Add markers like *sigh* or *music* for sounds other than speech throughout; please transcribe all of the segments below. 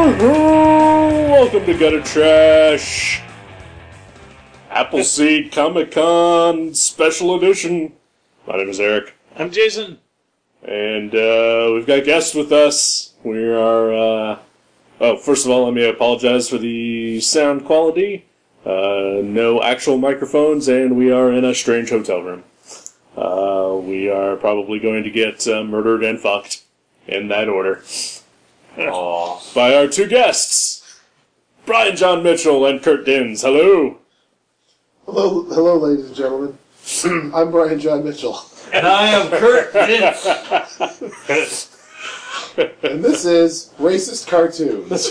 Welcome to Gutter Trash, Appleseed Comic Con Special Edition. My name is Eric, I'm Jason. and uh, we've got guests with us. We are. Uh, oh, first of all, let me apologize for the sound quality. Uh, no actual microphones, and we are in a strange hotel room. Uh, we are probably going to get uh, murdered and fucked in that order Aw. by our two guests, Brian John Mitchell and Kurt Dins. Hello. Hello, hello, ladies and gentlemen. *clears throat* I'm Brian John Mitchell, And I am Kurt Vince. and this is Racist Cartoons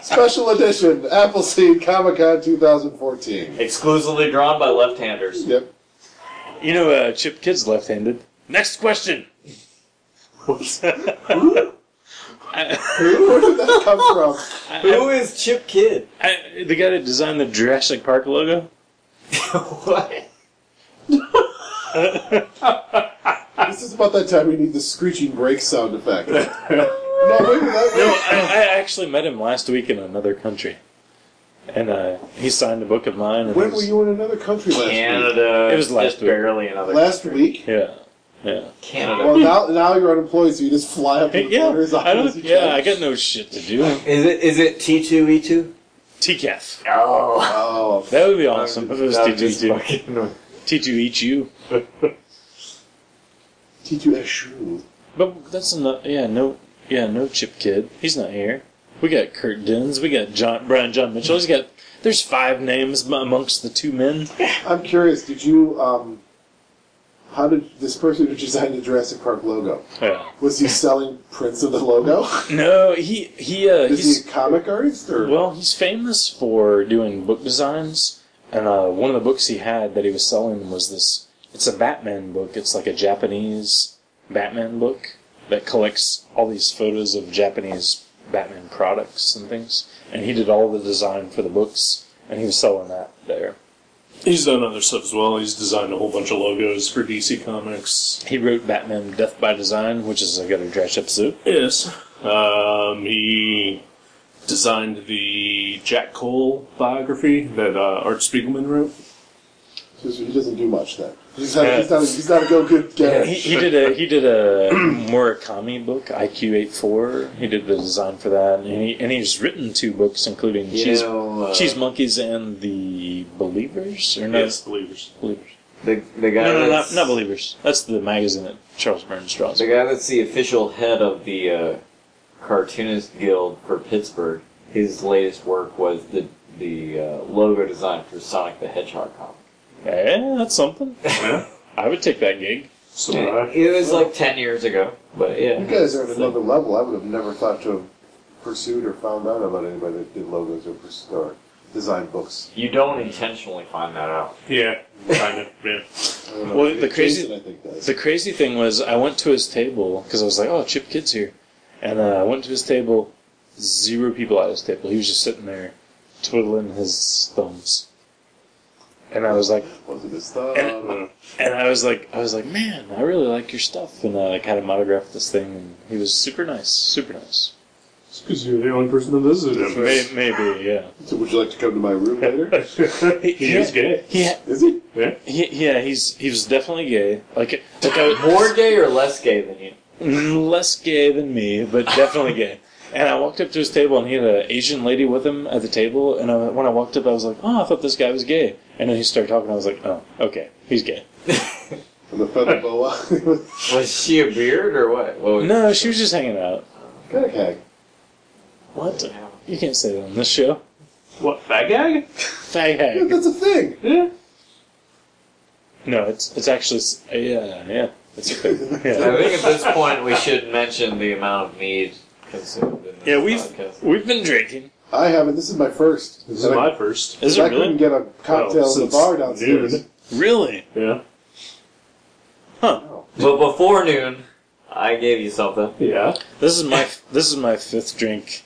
*laughs* Special Edition Appleseed Comic Con 2014. Exclusively drawn by left-handers. Yep. You know, uh, Chip Kid's left-handed. Next question. I, Who? Where did that come from? Who is *laughs* Chip Kid? *laughs* I, the guy that designed the Jurassic Park logo. what? This is about that time we need the screeching brake *laughs* sound effect. no, wait, No, that, I, I actually met him last week in another country, and uh, he signed a book of mine. And when it were was- you in another country last week? Canada. It was last just week. barely another. Last week? Yeah, yeah, Canada. Well, now, now you're unemployed, so you just fly up to *laughs* the yeah. corners. I don't. Yeah, I got no shit to do. Is it is it T two E two? TCAF. oh. Oh, That would be awesome if it was E That would just T2 fucking- T2HU. T2SU. But that's not. Yeah, no. Yeah, no. Chip Kid. He's not here. We got Kurt Dins. We got John Brian John Mitchell. He's got. There's five names m- amongst the two men. I'm curious, did you, um, how did this person who designed the Jurassic Park logo, Yeah. was he selling prints of the *laughs* logo? No, he he uh, Is he's he a comic artist, or? well, he's famous for doing book designs, and uh, one of the books he had that he was selling was this. It's a Batman book. It's like a Japanese Batman book that collects all these photos of Japanese Batman products and things. And he did all the design for the books, and he was selling that there. He's done other stuff as well. He's designed a whole bunch of logos for DC Comics. He wrote Batman Death by Design, which is a gutter trash episode. Yes. Um, he designed the Jack Cole biography that uh, Art Spiegelman wrote. Just- he doesn't do much then. He's not, he's not, he's not a go good getter. He, he did a he did a *clears throat* Murakami book, IQ84. He did the design for that, and, he, and he's written two books, including You Cheese, know, uh, Cheese Monkeys and the Believers, or no, Yes, believers. Believers. the the guy. No, no, not, that's, not Believers. That's the magazine that Charles Burns draws. The guy that's the official head of the uh, cartoonist guild for Pittsburgh. His latest work was the the uh, logo design for Sonic the Hedgehog comic. Eh, that's something. I would take that gig. So Yeah, I- *laughs* it was like ten years ago, but yeah. You guys are at another level. I would have never thought to have pursued or found out about anybody that did logos or, pers- or design books. You don't intentionally find that out. yeah, kind of. Yeah. I don't know. Well, the crazy- Jason, I think does. The crazy thing was, I went to his table because I was like, "Oh, Chip Kid's here," and uh, I went to his table. Zero people at his table. He was just sitting there, twiddling his thumbs. And I was like, was it his thought? and, and I was like, I was like, man, I really like your stuff. And uh, I kind of autographed this thing, and he was super nice, super nice. It's because you're the only person that visited him. May- maybe, yeah. So would you like to come to my *laughs* room later? *laughs* he is gay. He, Is he? he, yeah, he's he was definitely gay. Like, like Uh, *laughs* I, More gay or less gay than *laughs* you? Mm, less gay than me, but definitely gay. And I walked up to his table, and he had an Asian lady with him at the table. And I, when I walked up, I was like, "Oh, I thought this guy was gay." And then he started talking. I was like, "Oh, okay, he's gay." From the feather boa. *laughs* Was she a beard or what? What was No, she was just hanging out. kind of hag. What? You can't say that on this show. What, fat guy? Fag Yeah, hag. that's a thing. Yeah. No, it's it's actually s- uh, yeah yeah. It's okay. I Yeah. think at this point we should mention the amount of mead consumed in this Yeah, we've podcast. we've been drinking. I haven't. This is my first. This is And I- my first. Is I it really? couldn't get a cocktail Oh, in the since bar downstairs. noon. Really? Yeah. Oh, But before noon, I gave you something. Yeah. This is my this is my fifth drink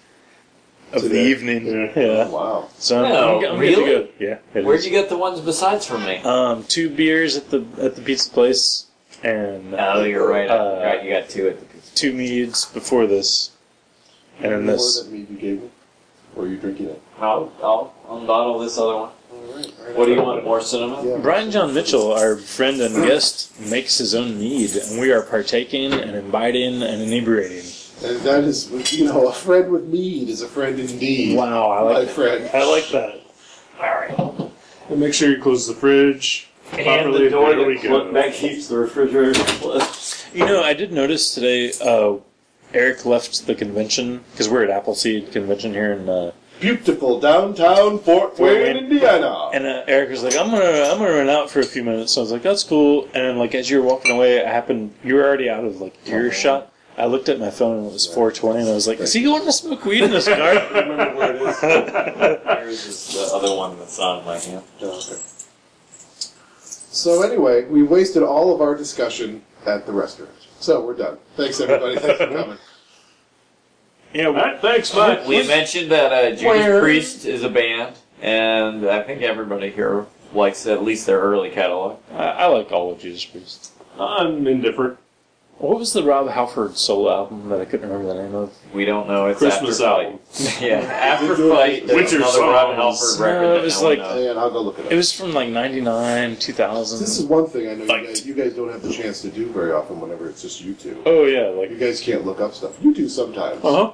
of the Today. evening. Yeah. Wow. So I'm, No, I'm, I'm really? good to go. Yeah. it Where'd is. you get the ones besides from me? Um, two beers at the at the pizza place and Oh, you're right. I Uh, forgot you got two at the pizza. two meads before this, and then More this. that mead you gave me, or are you drinking it? I'll, I'll unbottle this other one. All right. What do you want? More cinnamon? Yeah. Brian John Mitchell, our friend and guest, makes his own mead, and we are partaking and inviting and inebriating. And Uh, that is, you know, a friend with mead is a friend indeed. Wow, I My like friend. I like that. All right. And make sure you close the fridge And properly. the door there we that, cl- go. *laughs* that keeps the *laughs* refrigerator closed. You know, I did notice today. Uh, Eric left the convention because we're at Appleseed Convention here, and uh, Beautiful downtown Fort Fort Wayne, Wayne. Indiana. and uh, Eric was like, "I'm gonna, I'm gonna run out for a few minutes." So I was like, "That's cool." And then, like as you were walking away, I happened you were already out of like earshot. I looked at my phone and it was 4:20, and I was like, "Is he going to smoke weed in this car?" *laughs* Remember where *laughs* it is? *laughs* Here's this, the other one that's on my hand. Oh, okay. So anyway, we wasted all of our discussion at the restaurant. So we're done. Thanks everybody. *laughs* Thanks for coming. yeah, All right. Thanks, Mike. We mentioned that uh, Judas Where? Priest is a band, and I think everybody here likes at least their early catalog. I, I like all of Jesus Priest. I'm indifferent. What was the Rob Halford solo album that I couldn't remember the name of? We don't know. It's Christmas after album. Fight. *laughs* yeah, after Winter fight. there's Winter another Rob Songs. Halford record. No, it that was no like- one knows. And I'll go look It it up. was from like '99, 2000. This is one thing I know Fight. you guys, you guys don't have the chance to do very often. Whenever it's just you two, oh yeah, you like guys can't look up stuff. You do sometimes. uh huh.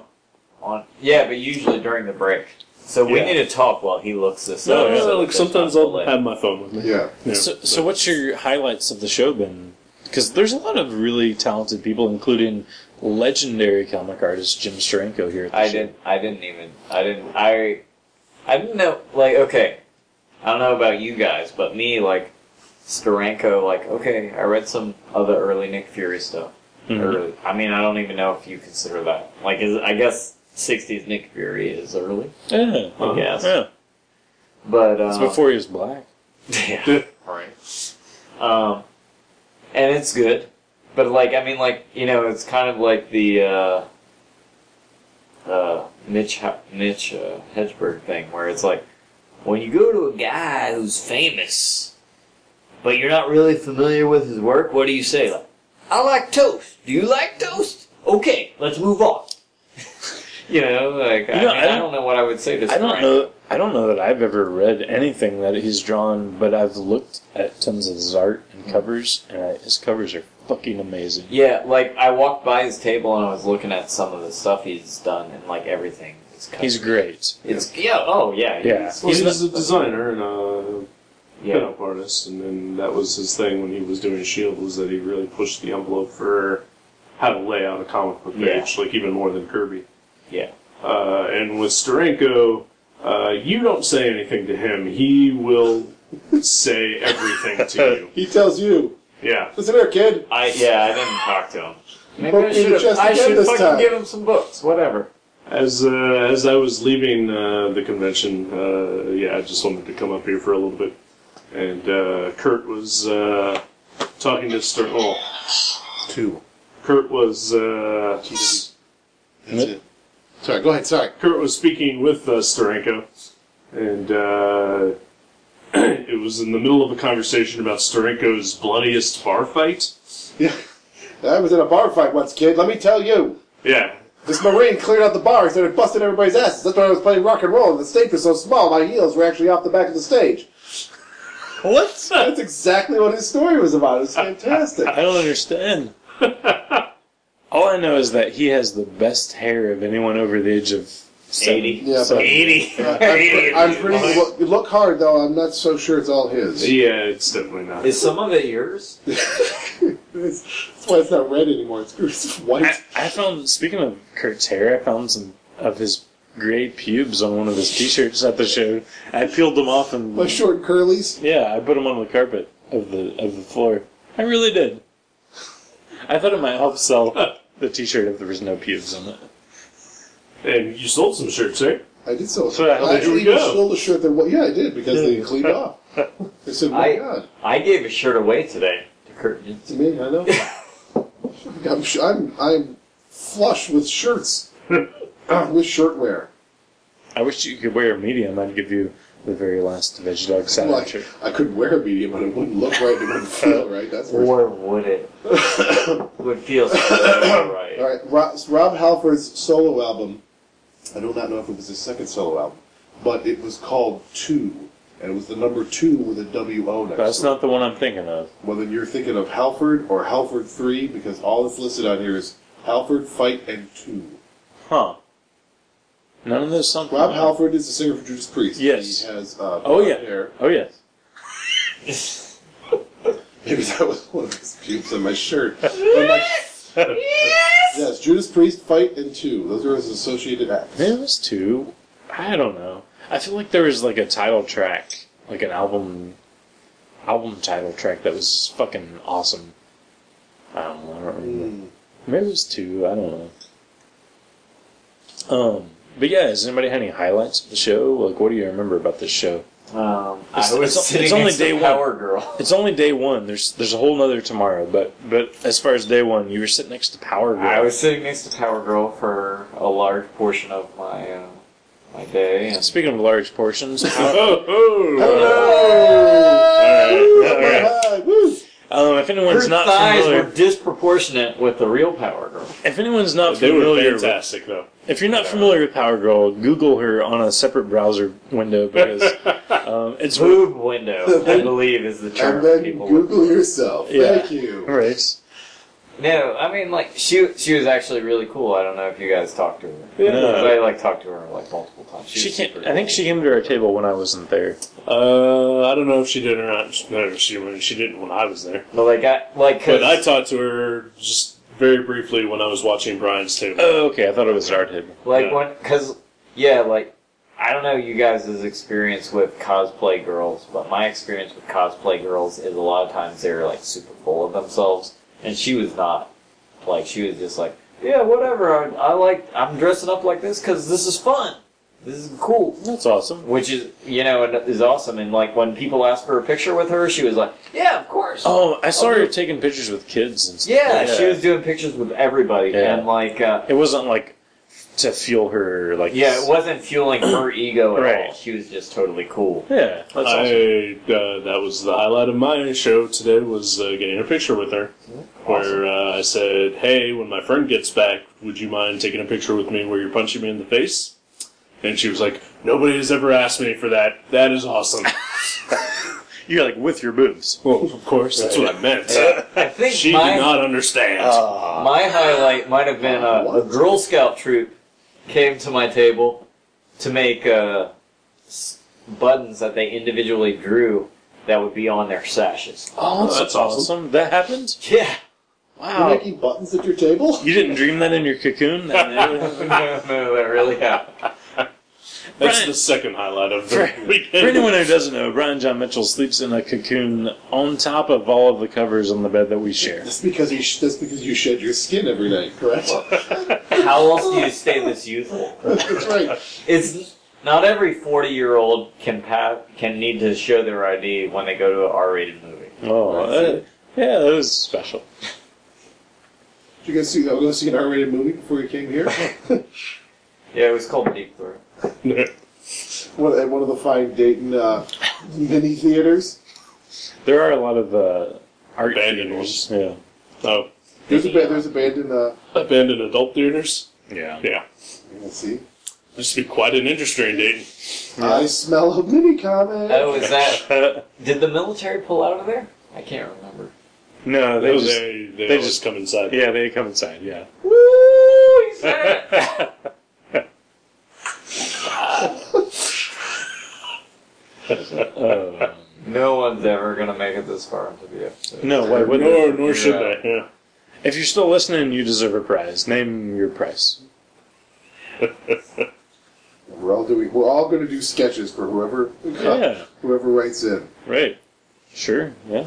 on. Yeah, but usually during the break. So we Yeah. need to talk while he looks this No, up. yeah, so that like there's sometimes not a I'll delay. have my phone with me. Yeah. Yeah. So, so what's your highlights of the show been? Because there's a lot of really talented people, including legendary comic artist Jim Steranko here. At the I show. didn't. I didn't even. I didn't. I. I didn't know. Like, okay, I don't know about you guys, but me, like, Steranko, like, okay, I read some other early Nick Fury stuff. Mhm. Early. I mean, I don't even know if you consider that. Like, is I guess '60s Nick Fury is early. Yeah, Uh-huh. Yes. yeah. But um, It's before he was black. Yeah. right. Um, and it's good, but like I mean, like you know, it's kind of like the uh, uh, Mitch Ho- Mitch uh, Hedberg thing, where it's like when you go to a guy who's famous, but you're not really familiar with his work. What do you say? Like, I like toast. Do you like toast? Okay, let's move on. *laughs* you know, like I, You know, mean, I I, don't, don't- know what I would say to. I don't Frank. know. I don't know that I've ever read anything that he's drawn, but I've looked at tons of his art and covers, and I, his covers are fucking amazing. Yeah, like I walked by his table and I was looking at some of the stuff he's done, and like everything is cut. He's great. it's yeah, oh yeah, Yeah. he's- Well, He's he's, not- a designer and uh, a yeah. pinup artist, and then that was his thing when he was doing Shield E was that he really pushed the envelope for how to lay out a comic book Yeah. page, like even more than Kirby. Yeah. Uh, and with Starenko, uh, you don't say anything to him; he will say everything to *laughs* you. He tells you, Yeah. "Listen here, kid. I yeah, I didn't talk to him. Maybe Poke me I in should the chest I again should this fucking time. give him some books, whatever. As uh, as I was leaving uh, the convention, uh, yeah, I just wanted to come up here for a little bit, and uh, Kurt was uh, talking to Stern. Well, Two. Kurt was uh, Jesus. That's it. Sorry. Go ahead. Sorry. Kurt was speaking with uh, Steranko, and uh, *clears throat* it was in the middle of a conversation about Steranko's bloodiest bar fight. Yeah. I was in a bar fight once, kid. Let me tell you. Yeah, This Marine cleared out the bar and started busting everybody's asses. That's why I was playing rock and roll, and the stage was so small, my heels were actually off the back of the stage. What? That's exactly what his story was about. It was fantastic. I don't understand. All I know is that he has the best hair of anyone over the age of Eighty. Yeah, but I'm- Eighty. I'm, I'm pretty. Look, look hard, though. I'm not so sure it's all his. yeah, it's definitely not. Is some of it yours? It's- that's why it's not red anymore. It's, it's I, white. I found speaking of Kurt's hair, I found some of his gray pubes on one of his t-shirts at the show. I peeled them off and My short curlies. yeah, I put them on the carpet of the of the floor. I really did. I thought it might help sell the t-shirt if there was no pubes on it. and you sold some shirts, eh? right? I did sell a So how I did you actually go? sold a shirt that wa- yeah, I did because they cleaned off. They said, "My I- God, I gave a shirt away today to Kurt Jensen. to me, I know." *laughs* I'm, sh- I'm I'm flush with *laughs* shirts, Ah, with shirtwear. I wish you could wear a medium. I'd give you the very last Veggie Dog salad Like, shirt. I could wear a medium, but it wouldn't look right. It wouldn't feel right. That's for Or would it? would feel so right. All right, Rob, Rob Halford's solo album. I do not know if it was his second solo album, but it was called Two, and it was the number two with a W O next. That's to it. not the one I'm thinking of. Whether you're thinking of Halford or Halford Three, because all that's listed on here is Halford Fight and Two. Huh. None of those songs. Rob Halford is the singer for Judas Priest. Mm-hmm. Yes. he has. Uh, Oh, blonde yeah. hair. Oh, yes. Maybe that was one of his pubes on my *laughs* shirt. On my- yes, Judas Priest Fight and Two. Those are his associated acts. Maybe it was two. I don't know. I feel like there was like a title track, like an album, album title track that was fucking awesome. I don't know. I don't remember. Mm. Maybe it was two. I don't know. Um, but yeah, has anybody had any highlights of the show? Like, what do you remember about this show? Um, It's- I was it's- sitting it's only next day to one. Power Girl. It's only day one. There's there's a whole nother tomorrow, but but as far as day one, you were sitting next to Power Girl. I was sitting next to Power Girl for a large portion of my uh, my day. And Speaking of large *laughs* portions, Power- Oh, oh. Hello! All right. All right. Hi, woo! um, if anyone's her not thighs familiar, were disproportionate with the real Power Girl. if anyone's not They were familiar, with, fantastic, *laughs* though. if you're not familiar with Power Girl, Google her on a separate browser window because *laughs* um, it's Boob window, I believe, is the term And then people. Google yourself. Yeah. Thank you. right. No, I mean like she she was actually really cool. I don't know if you guys talked to her. Yeah. But I like talked to her like multiple times. Uh. She was came, super I think cool. she came to our table when I wasn't there. Uh, I don't know if she did or not. No, she she didn't when I was there. But like I like 'cause- But I talked to her just very briefly when I was watching Brian's table. Oh, okay. I thought it was at our table. Like Yeah. when, cause yeah, like I don't know you guys' experience with cosplay girls, but my experience with cosplay girls is a lot of times they're like super full of themselves, and she was not. Like she was just like, yeah, whatever. I, I like I'm dressing up like this because this is fun. This is cool. That's awesome. Which is, you know, and is awesome. And like when people asked for a picture with her, she was like, "Yeah, of course." Oh, I saw I'll her do- taking pictures with kids and stuff. yeah, she was doing pictures with everybody, Yeah. and like, uh, It wasn't like to fuel her like Yeah, it wasn't fueling *clears throat* her ego at all. Right. She was just totally cool. Yeah, that's awesome. I uh, that was the highlight of my show today was uh, getting a picture with her, where uh, I said, "Hey, when my friend gets back, would you mind taking a picture with me where you're punching me in the face?" And she was like, "Nobody has ever asked me for that. That is awesome." You're like with your boobs. well, of course, that's what I meant. I think She my, did not understand. my highlight might have been uh, a What? Girl Scout troop came to my table to make uh, s- buttons that they individually drew that would be on their sashes. Oh, that's awesome. That happened. Yeah. You're Wow. making buttons at your table? You didn't dream that in your cocoon. That never no, happened. no, *laughs* that really happened. that's Brian- the second highlight of the For, for weekend. anyone who doesn't know, Brian John Mitchell sleeps in a cocoon on top of all of the covers on the bed that we share. That's because you sh- that's because you shed your skin every night, *laughs* correct? *laughs* How else do you stay this youthful? that's right. It's not every 40 year old can pa- can need to show their ID when they go to an R rated movie. Oh, That's that- yeah, that was special. Did you guys see? I was going to see an R-rated movie before you came *laughs* here. Yeah, it was called Deep Throat. one, at one of the fine Dayton uh, mini theaters. There are a lot of uh, art Abandoned theaters. Yeah. oh, There's a ba- there's abandoned. Uh, abandoned adult theaters. Yeah. Yeah, let's see. this would be quite an industry in Dayton. I smell a mini comic. Oh, is that Did the military pull out of there? I can't remember. *laughs* no, they No, just they, they, they always just- come inside. yeah they come inside. Yeah. *laughs* Woo! He said it. Uh, no one's ever gonna make it this far into the episode. no, why wouldn't? they? Nor, nor should Yeah. they. Yeah. If you're still listening, you deserve a prize. Name your prize. We're all doing. We're all going to do sketches for whoever Yeah. whoever writes in. *laughs* Right. Sure. Yeah.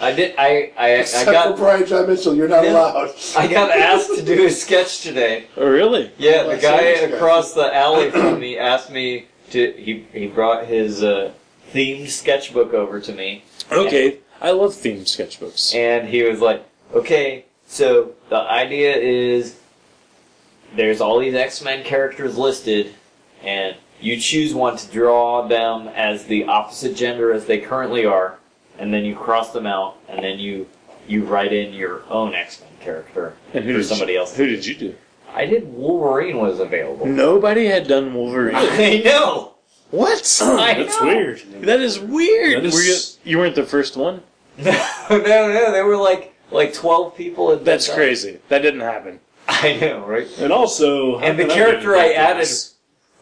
I did. I I, I Except for got Brian John Mitchell, you're not Yeah. allowed. I got *laughs* asked to do a sketch today. Oh, really? Yeah, Well, I the guy saw this guy. across the alley from me asked me to. He he brought his uh, themed sketchbook over to me, Okay. I love themed sketchbooks. And he was like, okay, so the idea is there's all these X Men characters listed, and you choose one to draw them as the opposite gender as they currently are, and then you cross them out, and then you you write in your own X Men character And who for did somebody you, else. Who did you do? I did Wolverine was Mm. available. Nobody had done Wolverine. *laughs* I know. *laughs* *laughs* what? I *laughs* That's know. weird. *laughs* that is weird. That is- Were you, you weren't the first one. No, no, no. There were like like twelve people. At That's that time. crazy. That didn't happen. *laughs* I know, right? And also, how And the can I character do I this? added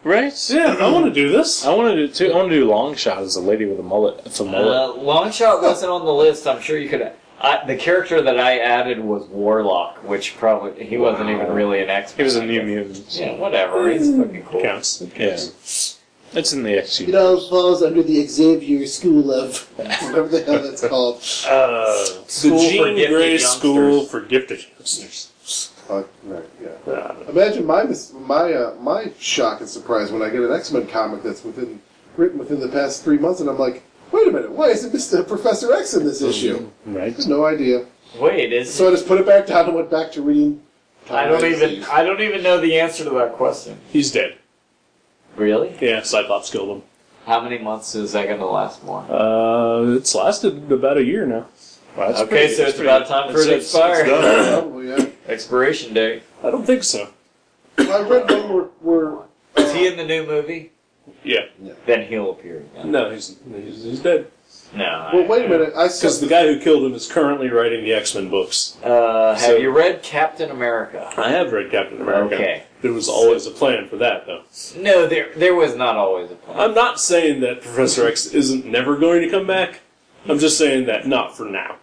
Right? Yeah, I *laughs* want to do *laughs* this. I want to do too. I want to do long shot as a lady with a mullet. It's a mullet. Uh, Longshot wasn't on the list. I'm sure you could. I, the character that I added was Warlock, which probably he wasn't Wow. even really an X. he was a New Mutants. Yeah, whatever. He's fucking cool. Counts. Yeah. It's in the XU. It all falls under the Xavier School of whatever the hell that's called. Uh, the School for Jean gifted Grey youngsters. School for Gifted Youngsters. Uh, right, yeah. Uh, Imagine my mis- my uh, my shock and surprise when I get an X Men comic that's within written within the past three months, and I'm like, wait a minute, why isn't Mister Professor X in this issue? Right. There's no idea. Wait, is So I just put it back down and went back to reading. I don't even. I don't even know the answer to that question. he's dead. Really? Yeah, Cyclops killed him. How many months is that going to last more? Uh, it's lasted about a year now. Wow, that's okay, pretty- so that's it's pretty- about time for it to It's- it's expire. done. Probably, yeah. Expiration date. I don't think so. My red men were, were Is he in the new movie? Yeah. Then he'll appear again. No, he's he's, he's dead. No. uh, well. I- Wait a minute, I said Because the guy who killed him is currently writing the X Men books. Uh, have So- you read Captain America? I have read Captain America. Okay. There was always a plan for that, though. No, there there was not always a plan. I'm not saying that Professor X isn't never going to come back. I'm just saying that not for now.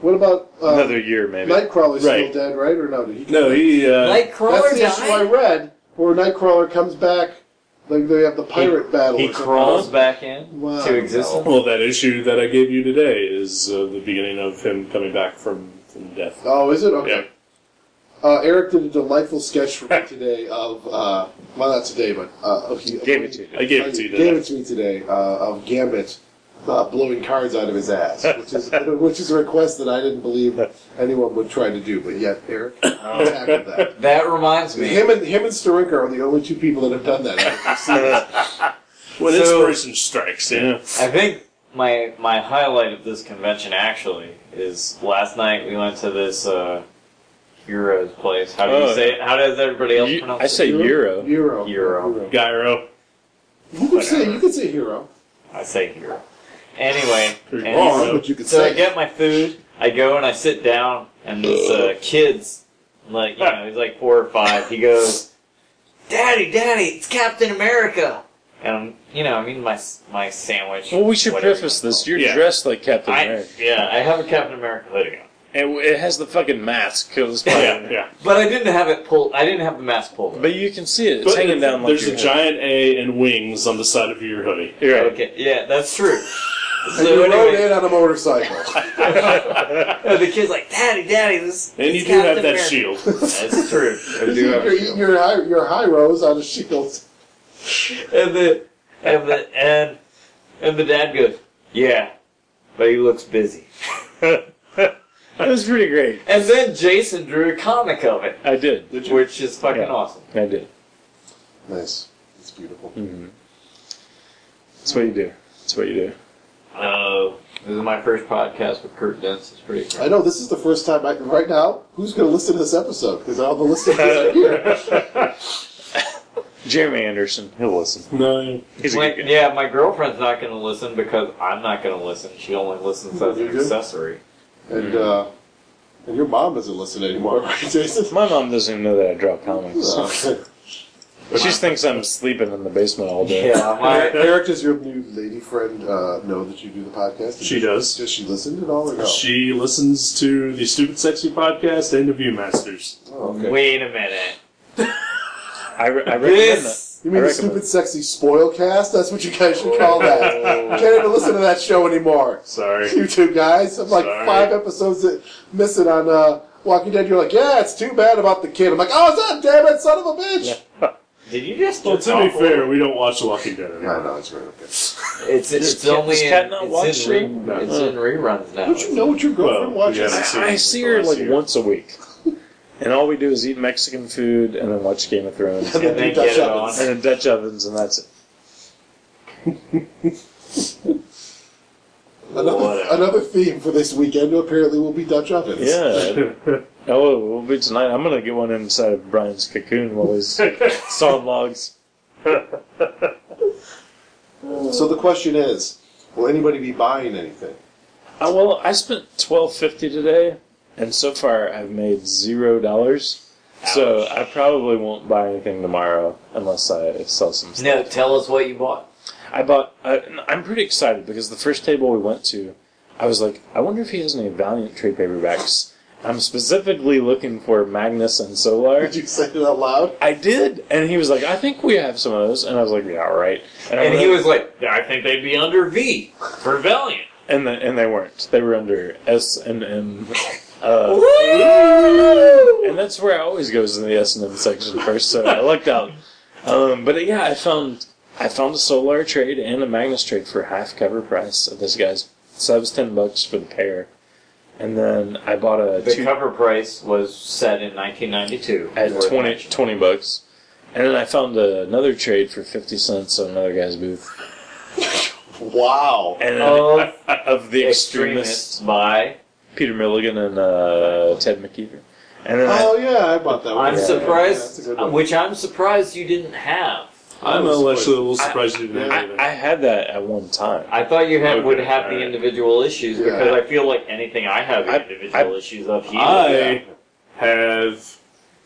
What about uh, another year maybe. Nightcrawler's Right. still dead, right? Or no? Did he? No, he. Uh, That's Nightcrawler the issue I died. read, where Nightcrawler comes back, like they have the pirate battle. He or something. crawls back in Wow. to existence. well, that issue that I gave you today is uh, the beginning of him coming back from, from death. Oh, is it? Okay. Yeah. Uh, Eric did a delightful sketch for me today of, uh, well, not today, but uh, okay, Gave it to you. I gave it to you Gave today. it to me today uh, of Gambit uh, blowing cards out of his ass, which is which is a request that I didn't believe anyone would try to do, but yet Eric tackled *laughs* that. That reminds me. Him and him and Starinka are the only two people that have done that. When So- inspiration strikes, yeah. I think my my highlight of this convention actually is last night we went to this uh, heroes place. How do Oh. you say it? How does everybody else You- pronounce I say it? Euro. Hero. Hero. Gyro. You could say you could say hero. I say hero. Anyway, You're and wrong. but you could so say I get my food. I go and I sit down, and this uh, kid's like, you know, he's like four or five. He goes, "Daddy, Daddy, it's Captain America." And I'm, you know, I'm eating my s- my sandwich. Well, we should whatever preface you want this. You're Yeah. dressed like to Captain call it. America, I, yeah, I have a Captain America hoodie on, and it has the fucking mask. 'cause- Yeah, yeah. but I didn't have it pulled. I didn't have the mask pulled. up. But you can see it. It's hanging if down like there's a your head. giant A and wings on the side of your *laughs* hoodie. You're right. Okay, yeah, that's *laughs* true. And so you rode anyway, uh, in on a motorcycle. *laughs* the kid's like, "Daddy, Daddy, this." And it's you do have Captain that America." shield. That's *laughs* true. I You're do have a shield. eating your high, your high rows on a shield. and the and the and and the dad goes, yeah, but he looks busy. That was pretty great. And then Jason drew a comic of it, I did. which is fucking Yeah. awesome. I did. Nice. It's beautiful. That's what you do. That's what you do. Oh, this is my first podcast with Kurt Dentz. It's pretty. I know this is the first time I right now. Who's going to listen to this episode? Because all the listeners *laughs* are here. Jeremy Anderson. He'll listen. No. He's a My- good guy. yeah, my girlfriend's not going to listen because I'm not going to listen. She only listens as You an good? accessory. And uh, and your mom doesn't listen anymore, *laughs* right, Jason? My mom doesn't even know that I draw comics. *laughs* Uh, She just thinks I'm sleeping in the basement all day. Yeah, *laughs* Eric, uh, my Eric, does your new lady friend uh, know that you do the podcast? Did She she- does. Does she listen at all or Oh. no? She listens to the Stupid Sexy podcast and the Viewmasters. oh, okay. wait a minute. I, re- I recommend that. This You mean the I recommend- stupid, sexy spoil cast? That's what you guys should call that. Can't even listen to that show anymore. Oh. Sorry. You two guys, I'm like Sorry. five episodes that- missing on uh, Walking Dead. You're like, yeah, it's too bad about the kid. I'm like, oh, it's not, damn it, son of a bitch. Did you just? Well, jerk to be off a fair, little? we don't watch The Walking Dead No, anymore. no, it's really okay. it's it's, Does Cat- only does in, Cat not Uh-huh. it's watch in, re- it? No. it's in reruns now. Don't you know what your girlfriend Well, watches? yeah. I see her Last like year. once a week, and all we do is eat Mexican food and then watch Game of *laughs* Thrones and And then Dutch get it on. ovens. then Dutch ovens, and that's it. Another, Whatever. another theme for this weekend apparently will be Dutch ovens. Yeah. *laughs* oh, it will be tonight. I'm gonna get one inside of Brian's cocoon while *laughs* he's sawing logs. So the question is, will anybody be buying anything? Uh, well, I spent twelve fifty today, and so far I've made zero dollars. So I probably won't buy anything tomorrow unless I sell some stuff. No, tell us what you bought. I bought. Uh, I'm pretty excited because the first table we went to, I was like, I wonder if he has any Valiant trade paperbacks. I'm specifically looking for Magnus and Solar. Did you say it out loud? I did, and he was like, I think we have some of those, and I was like, Yeah, all right. I And he went- was like, I think they'd be under V for Valiant. and the, and they weren't. They were under S and M. Uh, and that's where I always goes in the S and M section first. So I lucked out. Um, but yeah, I found I found a Solar trade and a Magnus trade for half cover price of this guy's. So that was ten bucks for the pair, and then I bought a The two- cover price was set in 1992 at Worth 20, mentioning. 20 bucks, and then I found a, another trade for fifty cents at another guy's booth, Wow. and then Of of the extremists, extremists by. Peter Milligan and uh, Ted McKeever, and then I, Oh yeah, I bought that one. I'm Yeah, that's a surprised, good one. Uh, which I'm surprised you didn't have. *laughs* I'm I was actually a little I- surprised you didn't have I, anything. I had that at one time. I thought you had, would Okay, have the alright. individual issues Yeah. because I feel like anything I have I- individual issues of here. I have,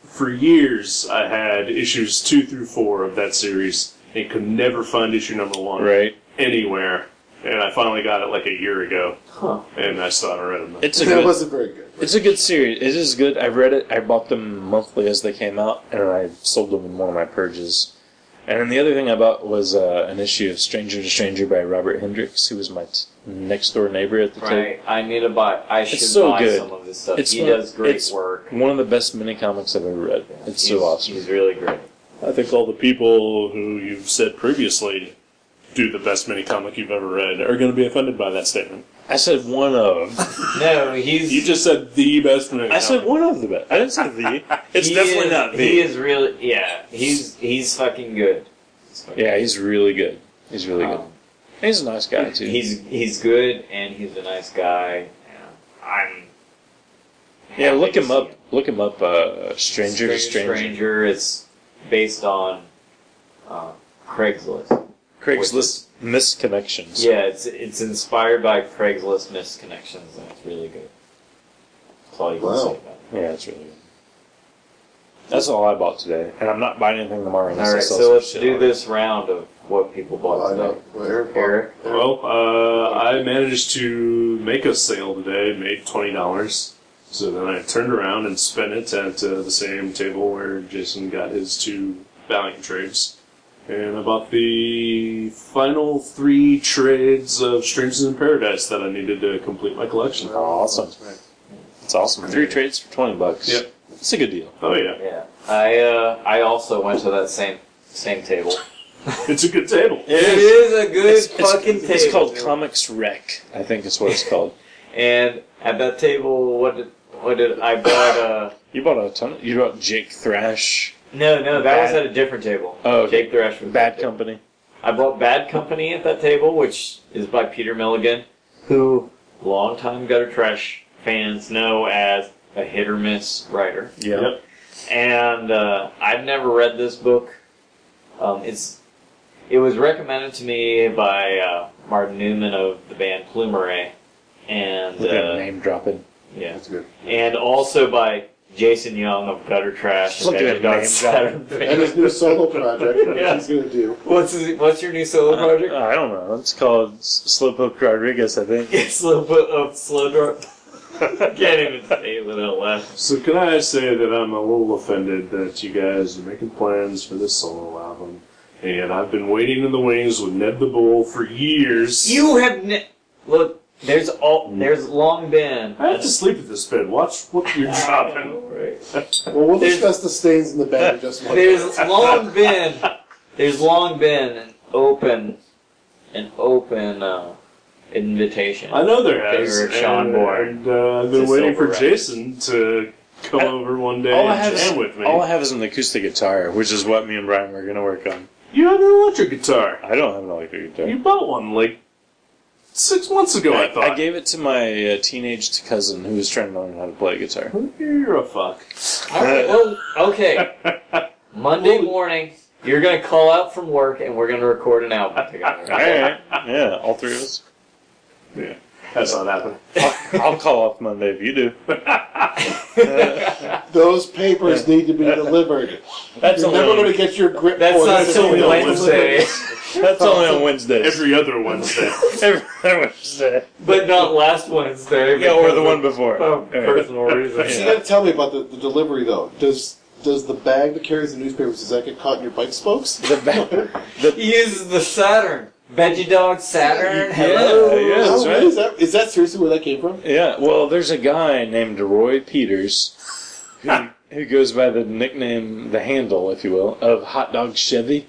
for years, I had issues two through four of that series and could never find issue number one Right? anywhere. And I finally got it like a year ago, Huh. and I still haven't read them. It's a That good. wasn't very good. It's a good series. It is good. I read it. I bought them monthly as they came out, and I sold them in one of my purges. And then the other thing I bought was uh, an issue of Stranger to Stranger by Robert Hendricks, who was my t- next door neighbor at the time. Right. I need to buy. I should so buy good. some of this stuff. It's he one- does great it's- work. One of the best mini comics I've ever read. It's He's- so awesome. He's really great. I think all the people who you've said previously do the best mini comic you've ever read are going to be offended by that *laughs* statement. I said one of. No, he's. You just said the best mini. I said one of the best. I didn't say the. It's he definitely is- not the. He is really. Yeah, he's he's fucking good. Yeah, he's really good. He's really good. Um, And he's a nice guy too. he's he's good and he's a nice guy. Yeah. I'm. yeah, happy look to him see up. Look him up. Uh, stranger to stranger. Stranger. It's based on uh, Craigslist. Craigslist misconnections. Yeah, it's it's inspired by Craigslist misconnections, and it's really good. That's all you can Wow. say about it. yeah, that's really good. That's all I bought today, and I'm not buying anything tomorrow. All unless I right, sell so some let's shit do on this round of what people bought I today. know. Well, Eric, Eric, Well, uh, I managed to make a sale today, made twenty dollars. So then I turned around and spent it at uh, the same table where Jason got his two Valiant trades, and I bought the final three trades of Strangers in Paradise that I needed to complete my collection. Oh, awesome! that's right. It's awesome. Three trades for twenty bucks. Yep. it's a good deal. Oh yeah, Yeah, I uh, I also went to that same same table. it's a good table. It is a good fucking it's, table. It's called Comics Rec. I think is what it's *laughs* called. and at that table, what did what did I bought? Uh, You bought a ton. Of, you bought Jake Thrash, no, no, that was Bad- at a different table. Oh, okay. Jake Thrash was Bad at that Company. table. I bought Bad Company at that table, which is by Peter Milligan, who longtime gutter trash fans know as a hit or miss writer. Yeah. Yep. and uh, I've never read this book. Um, it's it was recommended to me by uh, Martin Newman of the band Plumeray, and Look at him uh, name dropping. yeah, That's good. and also by Jason Young of Gutter Trash. and Look at him Dark name Saturn And Fame. his new solo project, which Yeah. he's going to do. What's his, what's your new solo Uh, project? I don't know. It's called S- Slowpoke Rodriguez, I think. It's *laughs* slow book of slow *laughs* drop. I can't even say it without laughing. So can I say that I'm a little offended that you guys are making plans for this solo album and I've been waiting in the wings with Ned the Bull for years. You have ne- look. There's all. There's long been. I have to sleep at this bed. Watch what *laughs* you're dropping. Right. Well, we'll There's- discuss the stains in the bed in just one. There's long been. There's long been an open, an open uh, invitation. I know there has. Favorite Sean and, Moore. and, uh, I've been It's a waiting silver for rack. Jason to *laughs* come I- over one day all I have and is- jam with me. All I have is an acoustic guitar, which is what me and Brian were going to work on. you have an electric guitar. I don't have an electric guitar. You bought one like six months ago. I, I, thought. I gave it to my uh, teenage cousin who was trying to learn how to play guitar. You're a fuck. *laughs* All right, well, *laughs* okay. Monday morning, you're gonna call out from work, and we're gonna record an album together. *laughs* Alright. Yeah, all three of us. Yeah, that's not happening. I'll, I'll call off Monday if you do. *laughs* Those papers need to be delivered. That's You're never going to get your grip. That's for not this until if you don't deliver Wednesday, it. That's only on Wednesdays. Every other Wednesday. *laughs* Every, Wednesday. but not last Wednesday. Yeah, or because the of- one before. Oh, Of personal So reasons. you got to tell me about the, the delivery though. Does does the bag that carries the newspapers does that get caught in your bike spokes? The back. He uses the Saturn. Veggie Dog Saturn. Yeah, Hello. yeah, that's How- right. Is that is that seriously where that came from? Yeah, well, there's a guy named Roy Peters who, who goes by the nickname, the handle, if you will, of Hot Dog Chevy.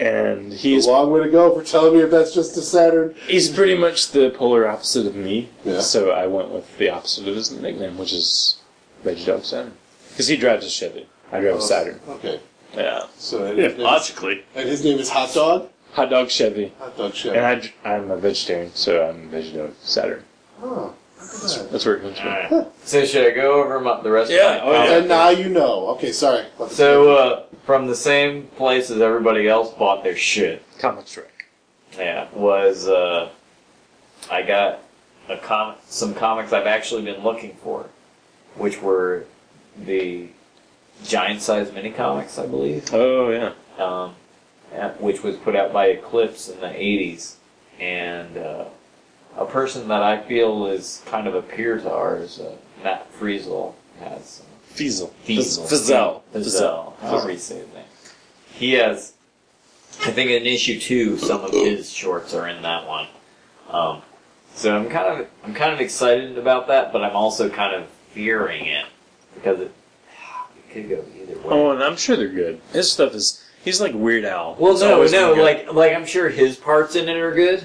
And A he's long way to go for telling me if that's just a Saturn. he's pretty much the polar opposite of me. Yeah. So I went with the opposite of his nickname, which is Reggie Dog Saturn. Because he drives a Chevy. I drive a Saturn. Okay, Yeah. so and, Yeah, his, name is, logically. *laughs* and his name is Hot Dog. Hot Dog Chevy. Hot Dog Chef. And I, dr- I'm a vegetarian, so I'm Veggie Dog Saturn. Huh. Look at that. That's where it comes from. So should I go over my, the rest Yeah, of oh, my yeah. And now you know. Okay, sorry. So uh, from the same place as everybody else bought their shit. Comic strip. Yeah, was uh, I got a com- some comics I've actually been looking for, which were the giant-sized mini comics, I believe Oh, yeah. um, uh, which was put out by Eclipse in the 80s. And uh, a person that I feel is kind of a peer to ours, uh, Matt Friesel, has Fiesel. Fiesel. Fiesel. Friesel. However you say his name. He has, I think in issue two, some of his shorts are in that one. Um, so I'm kind of I'm kind of excited about that, but I'm also kind of fearing it because it, it could go either way. Oh, and I'm sure they're good. His stuff is. He's like Weird Al. Well, It's no, always no, been good. like, like I'm sure his parts in it are good,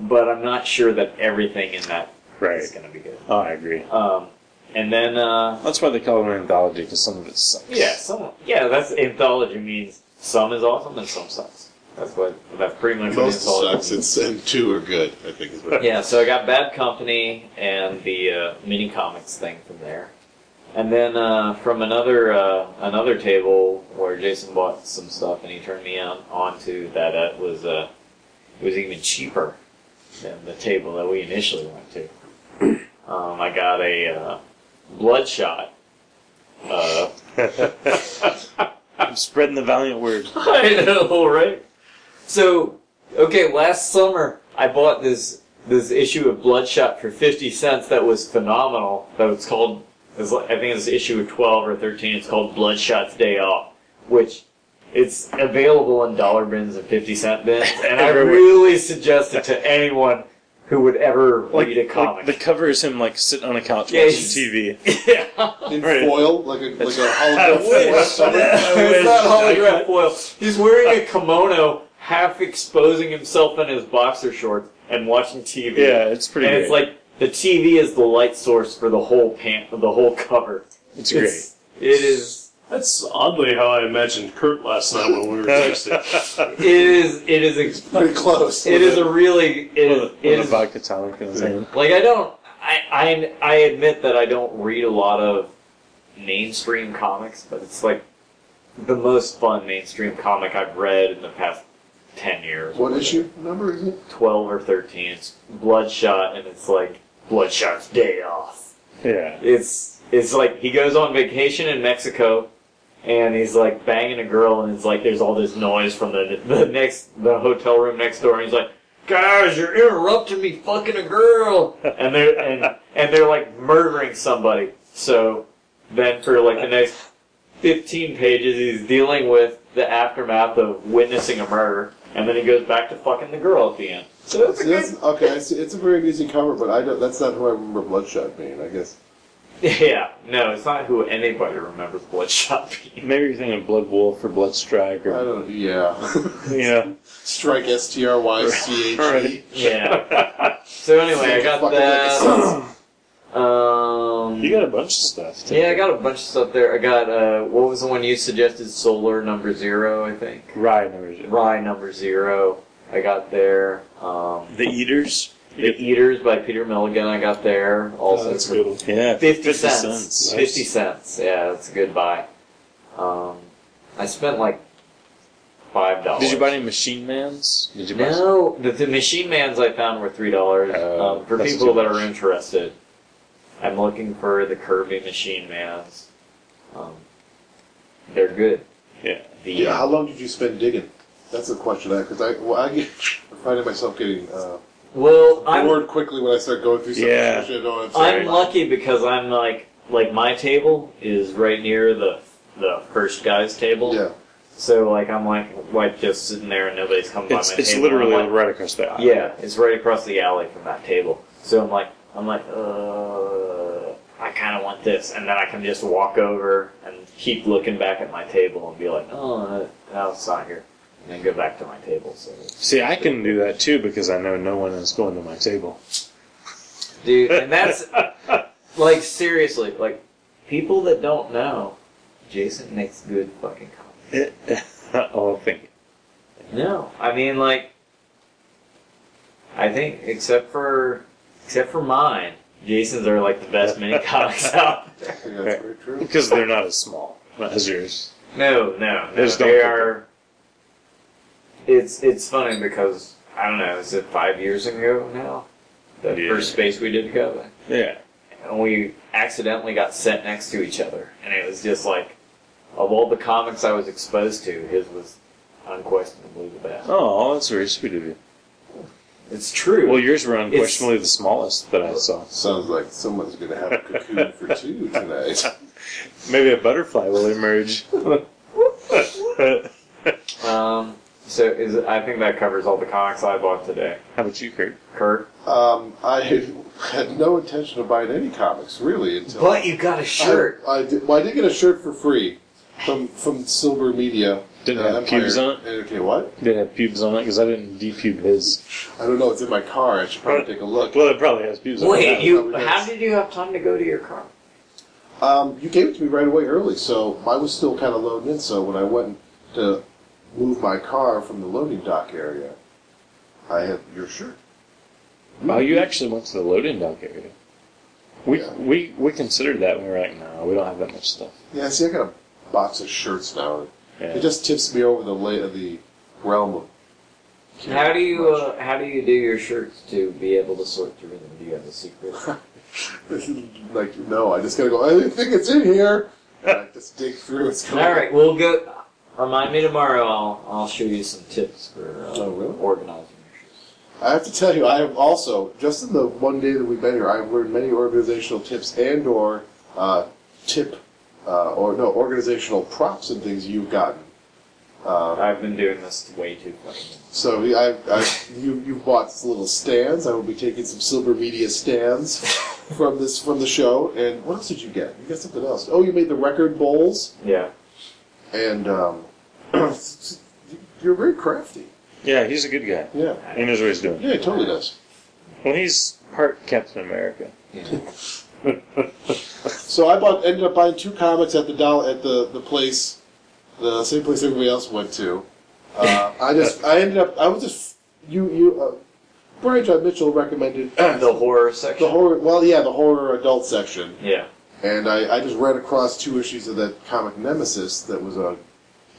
but I'm not sure that everything in that is Right. going to be good. Oh, I agree. Um, and then, uh, That's why they call it an anthology, because some of it sucks. yeah, *laughs* some, yeah, that's anthology means some is awesome and some sucks. That's what that's pretty much what Most anthology sucks, means. and, and two are good, I think is what Yeah, so I got Bad Company and the uh, mini comics thing from there, and then uh, from another uh, another table where Jason bought some stuff and he turned me on onto that uh, was uh, it was even cheaper than the table that we initially went to. *clears throat* Um, I got a uh, Bloodshot. Uh, I'm spreading the valiant word. I know, right? So, okay, last summer I bought this this issue of Bloodshot for fifty cents. That was phenomenal. That was called. it was like- I think it's issue twelve or thirteen. It's called Bloodshot's Day Off, which it's available in dollar bins and fifty cent *laughs* bins. And I Everywhere. really suggest it to anyone who would ever Like, read a like comic. the cover is him like sitting on a couch Yeah, watching he's- TV. *laughs* yeah. in Right. foil, like a like a I hologram foil. wish. *laughs* cover. I it's wish. not holograph foil. He's wearing a kimono, half exposing himself in his boxer shorts and watching TV. Yeah, it's pretty and great. it's like the TV is the light source for the whole pant, the whole cover. it's great. It is. That's oddly how I imagined Kurt last night when we were texting. It is. It is. ex- Pretty close. It is a really. It is. With a- It with a is vodka tonic in his hand. like I don't. I, I I admit that I don't read a lot of mainstream comics, but it's like the most fun mainstream comic I've read in the past ten years. What issue number is it? Twelve or thirteen. It's Bloodshot, and it's like Bloodshot's day off. Yeah. It's it's like he goes on vacation in Mexico, and he's like banging a girl, and it's like there's all this noise from the the next the hotel room next door, and he's like, "Guys, you're interrupting me fucking a girl," and they're and and they're like murdering somebody. So then for like the next fifteen pages, he's dealing with the aftermath of witnessing a murder, and then he goes back to fucking the girl at the end. So it's a See, that's- good. okay, I see, it's a very easy cover, but I don't, that's not who I remember Bloodshot being, I guess. *laughs* Yeah, no, it's not who anybody remembers Bloodshot being. Maybe you're thinking of Blood Wolf or Blood Strike I or don't, yeah. Yeah. *laughs* Strike S T R Y C H E. Right. Yeah. so anyway, I got Fucking that. Um, You got a bunch of stuff. Too. yeah, I got a bunch of stuff there. I got uh, what was the one you suggested? Solar number zero, I think. Rye Number Rye number zero. I got there. Um, The Eaters. the Eaters by Peter Milligan. I got there also. Uh, that's for a good. one. Yeah, 50, cents. cents. Nice. 50 cents. Yeah, that's a good buy. Um, I spent like $5. Did you buy any Machine Man's? Did you buy? some- No, the, the Machine Man's I found were three dollars. Oh, um, for that's people too that are much. interested, I'm looking for the curvy Machine Man's. Um, they're good. Yeah. The, Yeah, how long did you spend digging? That's the question, because I, well, I get, *laughs* I'm finding myself getting uh, Well, I'm bored quickly when I start going through some Yeah. shit. Oh, I'm sorry. I'm lucky because I'm like like my table is right near the the first guy's table. *laughs* *laughs* Yeah. So like I'm like like just sitting there and nobody's coming by It's, my it's table. and I'm literally like, right across the aisle. Yeah, it's right across the alley from that table. So I'm like, I'm like, uh, I kind of want this, and then I can just walk over and keep looking back at my table and be like, oh, no, it's not here, and then go back to my table. So, See, I can do that too because I know no one is going to my table. dude, and that's like seriously, like people that don't know, Jason makes good fucking coffee. *laughs* oh, thank you. No, I mean like, I think except for except for mine, Jason's are like the best mini *laughs* comics out Yeah, that's very true. Because they're not as small as yours. No, no, no. There's They no- are. It's it's funny because I don't know. Is it five years ago now? The Yeah. first space we did together, Yeah. and we accidentally got set next to each other, and it was just like, of all the comics I was exposed to, his was unquestionably the best. Oh, that's very sweet of you. It's true. Well, yours were unquestionably the smallest that I saw. Sounds like someone's going to have a cocoon for *laughs* two tonight. Maybe a butterfly will emerge. *laughs* How um, so is it, I think that covers all the comics I bought today. about you, Kurt? Kurt, Um, I had no intention of buying any comics, really, until. But you got a shirt. I, I did, well, I did get a shirt for free from from Silver Media. Didn't uh, have pubes Empire. on it? And- Okay, what? Did it have pubes on it? Because I didn't depube his. I don't know. It's in my car. I should probably take a look. Well, it probably has Oh. pubes on Wait, it. you? Probably How does. did you have time to go to your car? Um, you gave it to me right away early, so I was still kind of loading in. So when I went to move my car from the loading dock area, I had your shirt. Oh, you actually went to the loading dock area. We, Yeah. we, we considered that and we were like, no, we don't have that much stuff. Yeah, see, I got a box of shirts now. Yeah. It just tips me over the la- the realm of. how do you uh, how do you do your shirts to be able to sort through them? Do you have a secret? *laughs* like no, I just gotta go. I think it's in *laughs* here. And I just dig through. It's All right, we'll go. Remind me tomorrow. I'll I'll show you some tips for uh, Oh, really? organizing. I have to tell you, I have also just in the one day that we've been here, I've learned many organizational tips and or uh, tip uh, or no organizational props and things you've gotten. Uh, I've been doing this way too fucking. so I, I, you you bought some little stands. I will be taking some silver media stands *laughs* from this from the show. And what else did you get? You got something else? Oh, you made the record bowls Yeah. and um, *clears throat* you're very crafty. yeah, he's a good guy. Yeah, He knows what he's doing. yeah, he totally does. Well, he's part Captain America. So I bought, ended up buying two comics at the dollar at the, the place, the same place everybody else went to. Uh, I just I ended up I was just you you uh, Brian John Mitchell recommended *clears throat* The the horror section. horror well yeah the horror adult section Yeah. and I, I just ran across two issues of that comic Nemesis that was a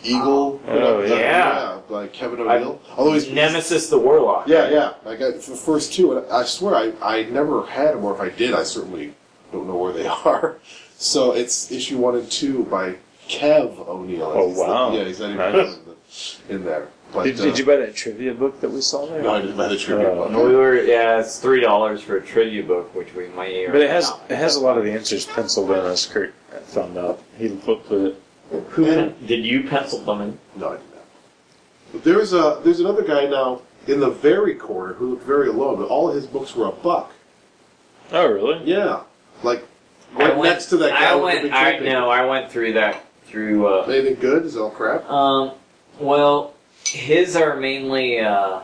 Eagle Oh, yeah, yeah. by Kevin O'Neill although he's Nemesis the Warlock. yeah, yeah. I got the first two, and I swear I, I never had them, or if I did, I certainly don't know where they *laughs* are. So it's issue one and two by Kev O'Neill. Oh, He's wow. The, yeah, he's not even Nice. in, the, in there. But, Did, uh, did you buy that trivia book that we saw there? No, I didn't buy the tribute Oh. book. And we were yeah, it's three dollars for a trivia book, which we might. or But it has not. it has a lot of the answers penciled in as Kurt found out. He looked at it Who And- pen- did you pencil them in? No, I did not. But There's a there's another guy now in the very corner who looked very alone, but all of his books were a buck. Oh, really? Yeah, like I right went- next to that guy I with went. the big I trophy. no, I went through that through. Uh, Anything good? Is it all crap? Um, well, his are mainly uh,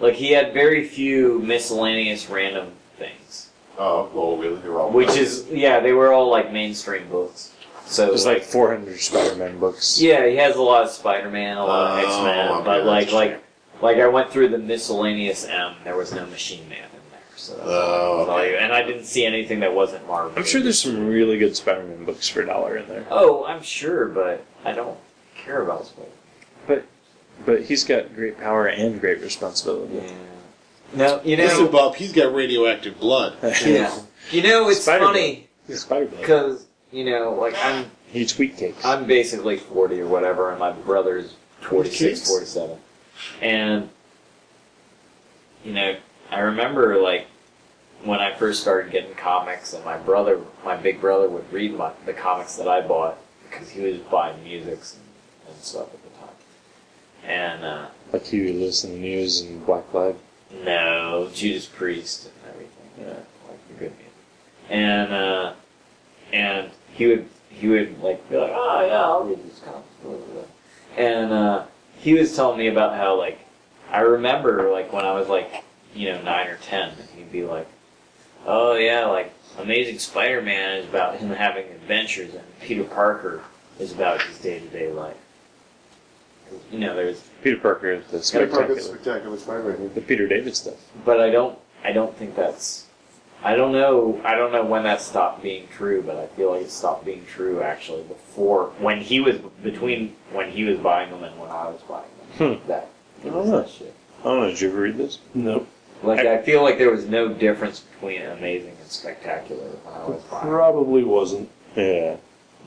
like he had very few miscellaneous random things, Oh, well, really? They're all which is yeah, they were all like mainstream books. So There's like 400 Spider-Man books. yeah, he has a lot of Spider Man, a lot of Oh, X Men, okay, but that's like true. like like I went through the miscellaneous M. There was no Machine Man in there, so that's all- Oh, that's all okay. you- and I didn't see anything that wasn't Marvel. I'm sure there's some really good Spider-Man books for a dollar in there. Oh, I'm sure, but I don't care about Spider. But he's got great power and great responsibility. No, you know. Listen, Bob, he's got radioactive blood. *laughs* Yeah. You know, it's Spider-Man. funny He's Spider-Man. because you know, like I'm, He eats wheat cakes. I'm basically 40 or whatever, and my brother's 46, Kids? 47, and you know, I remember like when I first started getting comics, and my brother, my big brother, would read my, the comics that I bought because he was buying musics and, and stuff at the time, and. uh like Huey Lewis in the News and Black Lives. No, Judas Priest and everything. Yeah, like the good music. And uh, and he would he would like be like, oh yeah, I'll read these comics. blah, blah, blah." And uh, he was telling me about how like I remember like when I was like you know nine or ten, and he'd be like, oh yeah, like Amazing Spider-Man is about him having adventures, and Peter Parker is about his day-to-day life. You know, there's Peter Parker is the Peter spectacular. Parker's spectacular Spider-Man. the Peter David stuff. but I don't I don't think that's I don't know I don't know when that stopped being true, but I feel like it stopped being true actually before when he was between when he was buying them and when I was buying them. That, Hmm. I it don't was know. that shit. I don't know. Did you ever read this? No. Like I, feel like there was no difference between amazing and spectacular when I was buying. them. Probably wasn't. Yeah.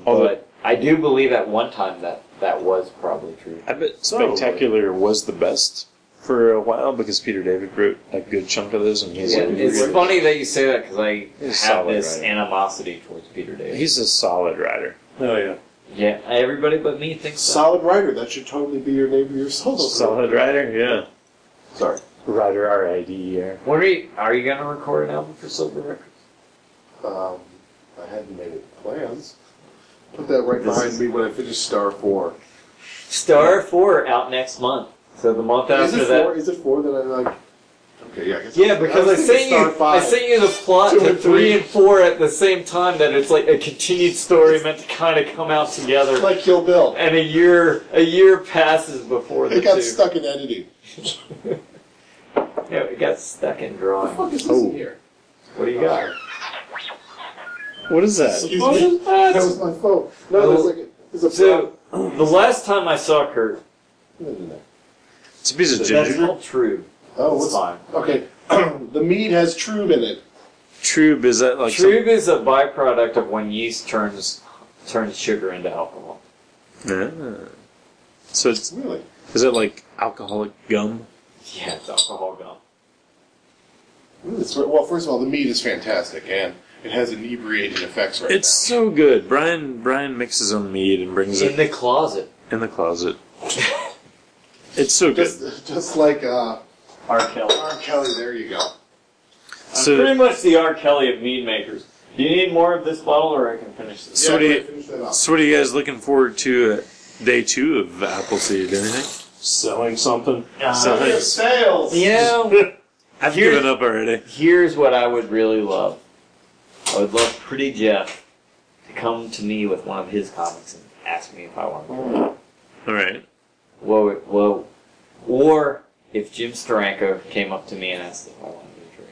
Although But I do believe at one time that that was probably true. I bet Spectacular was the best for a while because Peter David wrote a good chunk of those, and he's Yeah, like, it's really- funny that you say that because I He's a have solid this writer. animosity towards Peter David. he's a solid writer. Oh yeah. yeah, everybody but me thinks so. Solid writer. That should totally be your name of your solo. Solid writer, yeah. Sorry. Writer, R I D E R. When are you, are you gonna record an album for Silver Records? Um, I hadn't made any plans. Put that right This behind is- me when I finish Star Four. Star Four out next month. So the month Is after it that. four? Is it four that I like? Okay, yeah. I guess Yeah, because I, was thinking sent you Star I Five. sent you the plot Two to and three three. and four at the same time that it's like a continued story meant to kind of come out together. like Kill Bill. and a year a year passes before the It got two. stuck in editing. Yeah, it got stuck in drawing. What the fuck is this Oh. in here? What do you got? What is that? Excuse me. That was my phone. No, there's like a, there's a Oh. So the last time I saw Kurt, It's a piece of that's ginger. not true. Oh, what's It's fine. Okay, *clears throat* the mead has trube in it. Trube is that like Trube is a byproduct of when yeast turns turns sugar into alcohol. Some, Ah. So it's Really? is it like alcoholic gum? Yeah, it's alcohol gum. It's- well, first of all, the mead is fantastic, and it has inebriating effects right It's so good. Brian Brian makes his own mead and brings In it the closet. in the closet. It's so now. good. Just, just like uh, R. Kelly. R. Kelly, there you go. So- I'm pretty much the R. Kelly of mead makers. Do you need more of this bottle, or I can finish this? So yeah, what do I you- finished that off. So what are you guys looking forward to uh, day two of Appleseed? Anything? Selling something. So We have thanks. sales. Uh, you know, I've Here's- given up already. here's what I would really love. I would love Pretty Jeff to come to me with one of his comics and ask me if I want to. All right. Whoa, whoa. Or if Jim Steranko came up to me and asked if I wanted to trade.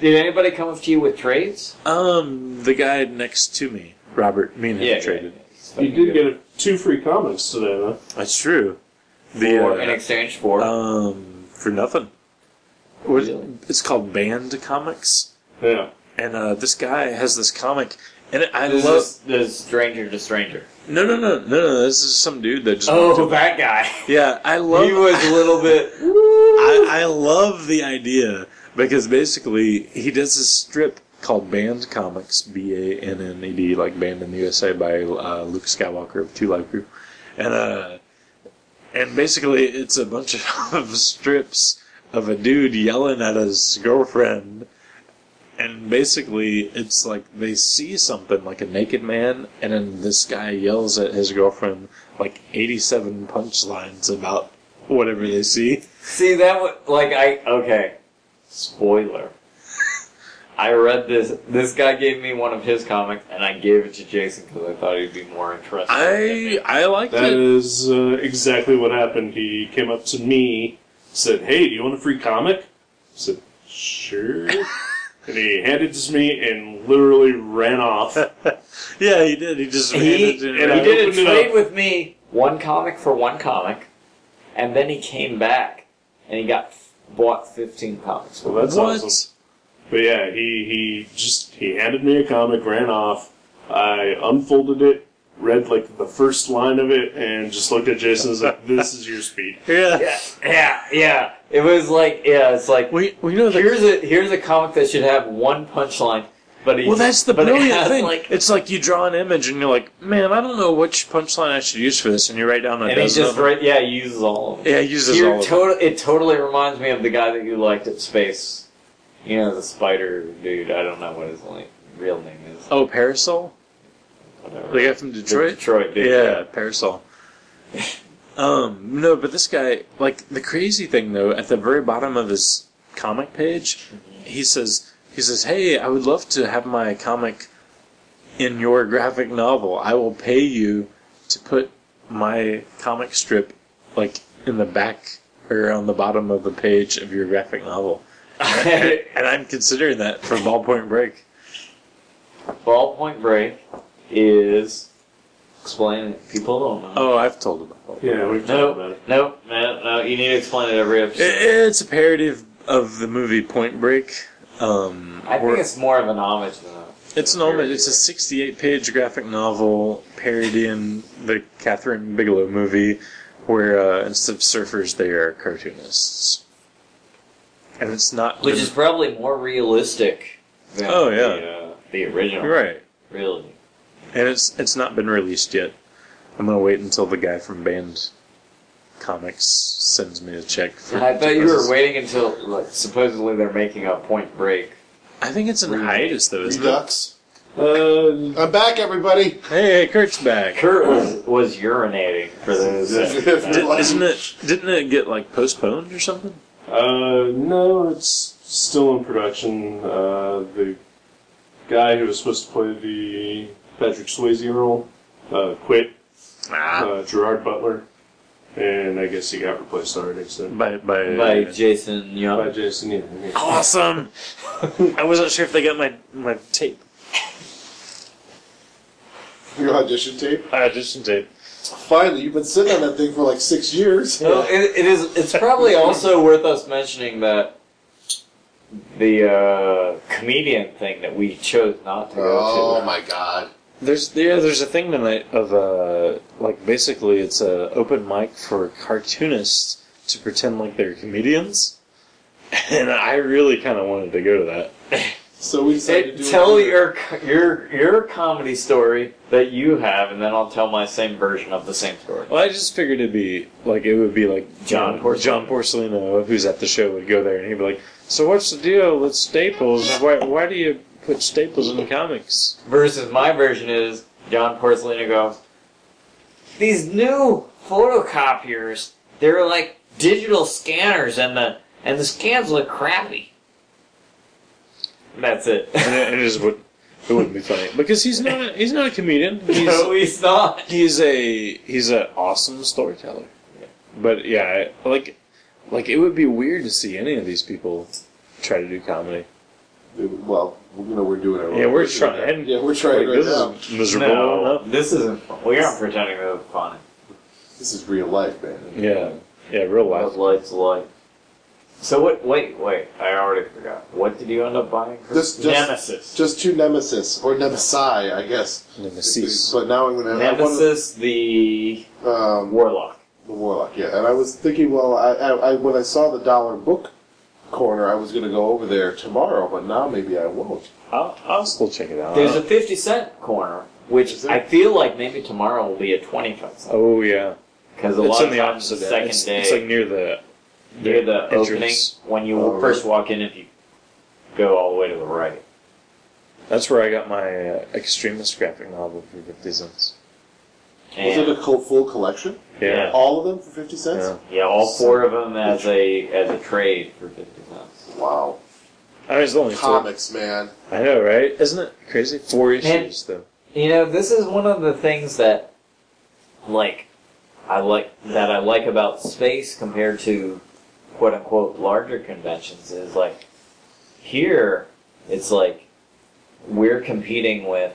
Did anybody come up to you with trades? Um, the guy next to me, Robert, me and him traded. You did get a, two free comics today, though. That's true. Or in The exchange uh, for. um for nothing. What- Really? It's called Band Comics, Yeah. and uh, this guy has this comic, and I This love. is this stranger to stranger. No, no, no, no, no. This is some dude that just. walked Oh, up- that guy. Yeah, I *laughs* love. he was a *laughs* little bit. I, I love the idea because basically he does this strip called Band Comics, B A N N E D, like Band in the USA by uh, Luke Skywalker of Two Life Group, and uh, and basically it's a bunch of *laughs* strips of a dude yelling at his girlfriend and basically it's like they see something like a naked man and then this guy yells at his girlfriend like 87 punchlines about whatever they see See that would like I okay. Spoiler. I read this. This guy gave me one of his comics, and I gave it to Jason because I thought he'd be more interested. than i me. i liked That it is uh, exactly what happened. He came up to me, said, "Hey, do you want a free comic?" I said, "Sure." and he handed it to me and literally ran off. *laughs* yeah he did he just he, he handed it around. I did a opened it trade up. with me, one comic for one comic, and then he came back and he got bought fifteen comics. Well, that's what awesome. But yeah, he he just he handed me a comic, ran off. I unfolded it, read like the first line of it, and just looked at Jason. and was like, "This is your speed." yeah. Yeah, yeah, yeah. It was like yeah, it's like we we know that here's a here's a comic that should have one punchline, but he, well, that's the but it brilliant has, thing. Like, it's like you draw an image and you're like, man, I don't know which punchline I should use for this, and you write down a and he dozen. just of them. right, yeah, he uses all of them. yeah, he uses You're all of them. total- it totally reminds me of the guy that you liked at space. You know, the spider dude. I don't know what his like, real name is. Oh, Parasol, Whatever. the guy from The Detroit. Detroit dude. Yeah, *laughs* parasol. um, no, but this guy, like the crazy thing though, at the very bottom of his comic page, he says, he says, "Hey, I would love to have my comic in your graphic novel. I will pay you to put my comic strip like in the back or on the bottom of the page of your graphic novel." *laughs* *laughs* and, and I'm considering that for Ballpoint Break. Ballpoint Break is explain it. People don't know. Oh, I've told him about. Yeah, we've talked no, about it. no, no, no. You need to explain it every episode. It- It's a parody of, of the movie Point Break. Um, I think where- it's more of an homage than a. it's an homage. It's a 68-page graphic novel parodying the Catherine Bigelow movie, where uh, instead of surfers, they are cartoonists, and it's not. which is probably more realistic. Than Oh, the, yeah. uh, the original. You're right, Really. and it's it's not been released yet. I'm gonna wait until the guy from Band Comics sends me a check. For I thought you were waiting until like supposedly they're making a Point Break. I think it's an Really? hiatus though, isn't it? Redux. Uh, I'm back, everybody. Hey, Kurt's back. Kurt was was urinating for those. If you're Did, like- isn't it? Didn't it get like postponed or something? Uh, no, it's still in production. Uh, the guy who was supposed to play the Patrick Swayze role uh, quit. Ah, Uh, Gerard Butler, and I guess he got replaced already. So by by, uh, by Jason Young. by Jason, yeah, yeah. Oh, awesome. *laughs* I wasn't sure if they got my my tape. *laughs* your audition tape. I audition tape. Finally, you've been sitting on that thing for like *laughs* six years. So it, it is. It's probably also worth us mentioning that the uh, comedian thing that we chose not to go Oh to. my god. There's yeah, there's a thing tonight of uh like basically it's a open mic for cartoonists to pretend like they're comedians, *laughs* and I really kind of wanted to go to that. So we decided to Say- do tell it. your co- your your comedy story that you have, and then I'll tell my same version of the same story. Well, I just figured it'd be like it would be like John you know, Porcelino. John Porcelino, who's at the show, would go there and he'd be like, "So what's the deal with staples? Why why do you put staples in comics?" Versus my version is John Porcelino goes, these new photocopiers, they're like digital scanners, and the and the scans look crappy. That's it. And it, it just would it wouldn't be funny because he's not a, he's not a comedian. He's no, he's not. he's a he's an awesome storyteller. But yeah, I- like like it would be weird to see any of these people try to do comedy. Well, you know we're doing it. Yeah, we're doing it. trying. Yeah, we're trying Like, right this now. is miserable enough. this isn't. fun. We aren't pretending that it's fun. This is real life, man. Yeah, yeah, real What life. light's light. So what? Wait, wait. I already forgot. What did you end up buying? for- This- this- Nemesis. Just two nemesis or nemesi, I guess. Nemesis. But now I'm gonna. I wanna- Nemesis, the um, warlock. The Warlock, yeah. And I was thinking, well, I, I, I when I saw the dollar book corner. I was going to go over there tomorrow, but now maybe I won't. I'll, I'll still check it out. There's a 50 cent corner, which Is there? I feel like maybe tomorrow will be a 25 cent. oh yeah, Because a it's lot on of the times opposite the end. second it's, day, it's like near the near the entrance. opening, when you Oh, really? first walk in, if you go all the way to the right. That's where I got my uh, extremist graphic novel for fifty cents. Was And, it a co- full collection? Yeah. All of them for fifty cents? Yeah. yeah, all four of them as a as a trade for 50 cents. Wow. I mean, it's only four. Comics, man. I know, right? Isn't it crazy? Four Man. issues though. You know, this is one of the things that, like, I like that I like about space compared to quote unquote larger conventions is like here it's like we're competing with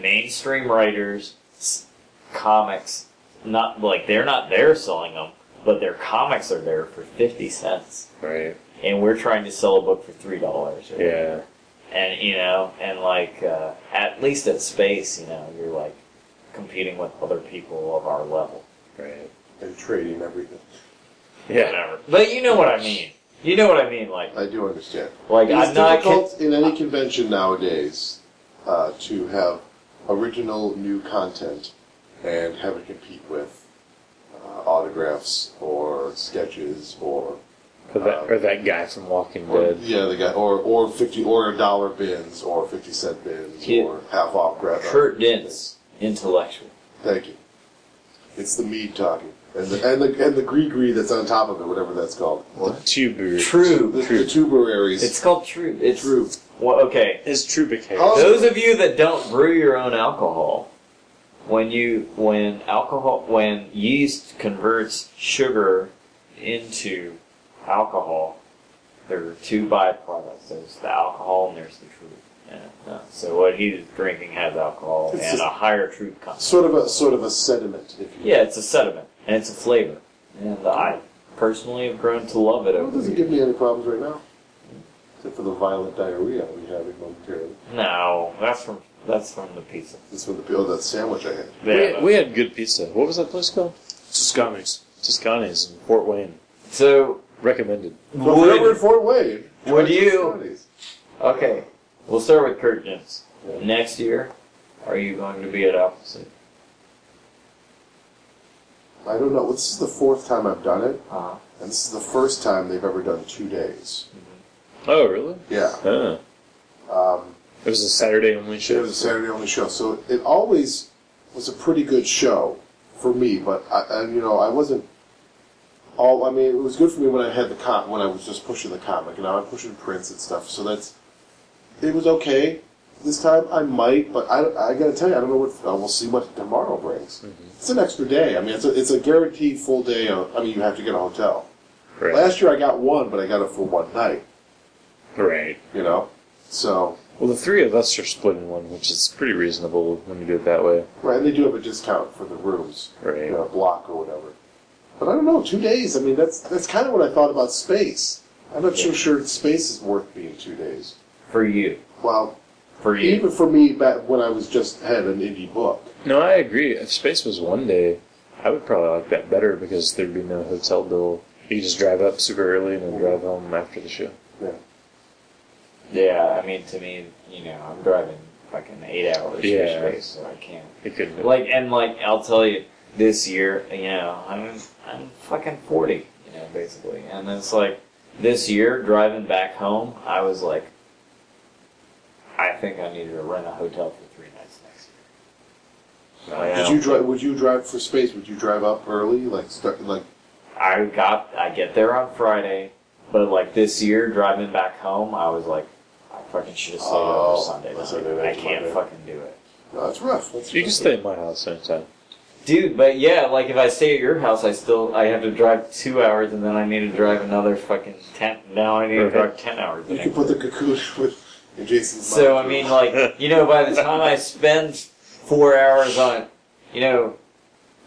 mainstream writers, s- comics. Not like they're not there selling them, but their comics are there for fifty cents, Right. and we're trying to sell a book for three dollars Yeah. and you know, and like uh, at least at space, you know, you're like competing with other people of our level. Right. And trading everything. Yeah. Whatever. But you know what I mean. You know what I mean. Like, I do understand. like It's I'm not. Kid- difficult in any convention nowadays uh, to have original new content and have it compete with uh, autographs or sketches or Or that, or that guy from Walking Or, Dead. yeah, they got or or fifty or dollar bins or fifty cent bins Yeah. or half off grab. Kurt Dent's intellectual. Thank you. It's the mead talking and the and the and the gree gree that's on top of it, whatever that's called. The tuber. The, True. the tuberaries. It's called true. It's true. Well, okay. His Trubic hair. Oh. Those of you that don't brew your own alcohol, when you when alcohol when yeast converts sugar into alcohol, there are two byproducts. There's the alcohol and there's the truth. Yeah, no. So what he's drinking has alcohol It's and a- a higher truth content. Sort of a sort of a sediment, if you. Yeah, it's a sediment and it's a flavor, and I personally have grown to love it Well, it over the doesn't years. give me any problems right now, except for the violent diarrhea I'll be having momentarily. No, that's from that's from the pizza. That's from the oh, that sandwich I had. Yeah, we, we had good pizza. What was that place called? Tuscani's. Toscani's in Fort Wayne. so Recommended. Well, would- we're in Fort Wayne. Would Try you- Toscani's. Okay, we'll start with Kurt Jens. Next year, are you going to be at Alpha City? I don't know. This is the fourth time I've done it, Uh-huh. and this is the first time they've ever done two days. Oh, really? Yeah. Huh. Um, It was a Saturday only It show. was a Saturday only show, so it always was a pretty good show for me. But I, and you know, I wasn't all. I mean, it was good for me when I had the com when I was just pushing the comic, and now I'm pushing prints and stuff. So that's it was okay this time. I might, but I, I gotta tell you, I don't know what. Uh, we'll see what tomorrow brings. It's an extra day. I mean, it's a, it's a guaranteed full day. Of, I mean, you have to get a hotel. Right. Last year I got one, but I got it for one night. right. You know, so Well, the three of us are splitting one, which is pretty reasonable when you do it that way. right, and they do have a discount for the rooms. Right. you know, block or whatever. But I don't know, two days. I mean, that's that's kind of what I thought about space. I'm not so sure space is worth being two days. For you. Well, For you. even for me, back when I was just had an indie book, No, I agree. If space was one day, I would probably like that better because there'd be no hotel bill. You just drive up super early and then drive home after the show. Yeah, I mean, to me, you know, I'm driving fucking eight hours Yeah. for space, so I can't. You couldn't. Like, and like, I'll tell you, this year, you know, I'm I'm fucking forty, you know, basically, and it's like this year driving back home, I was like, I think I needed to rent a hotel for three nights next year. did you drive? Would you drive for space? Would you drive up early, like start, like I got I get there on Friday, but like this year driving back home, I was like, I fucking should have stayed Oh, over Sunday. that's night. Sunday I night, can't Monday. fucking do it, no, it's rough. That's You rough. can stay at my house anytime. dude. But yeah, like if I stay at your house, I still I have to drive two hours, and then I need to drive another fucking ten. Now I need to Right. drive ten hours. the You next can put the day. cocoon *laughs* with in Jason's. so I mind. mean, like you know, by the time I spend four hours on, you know,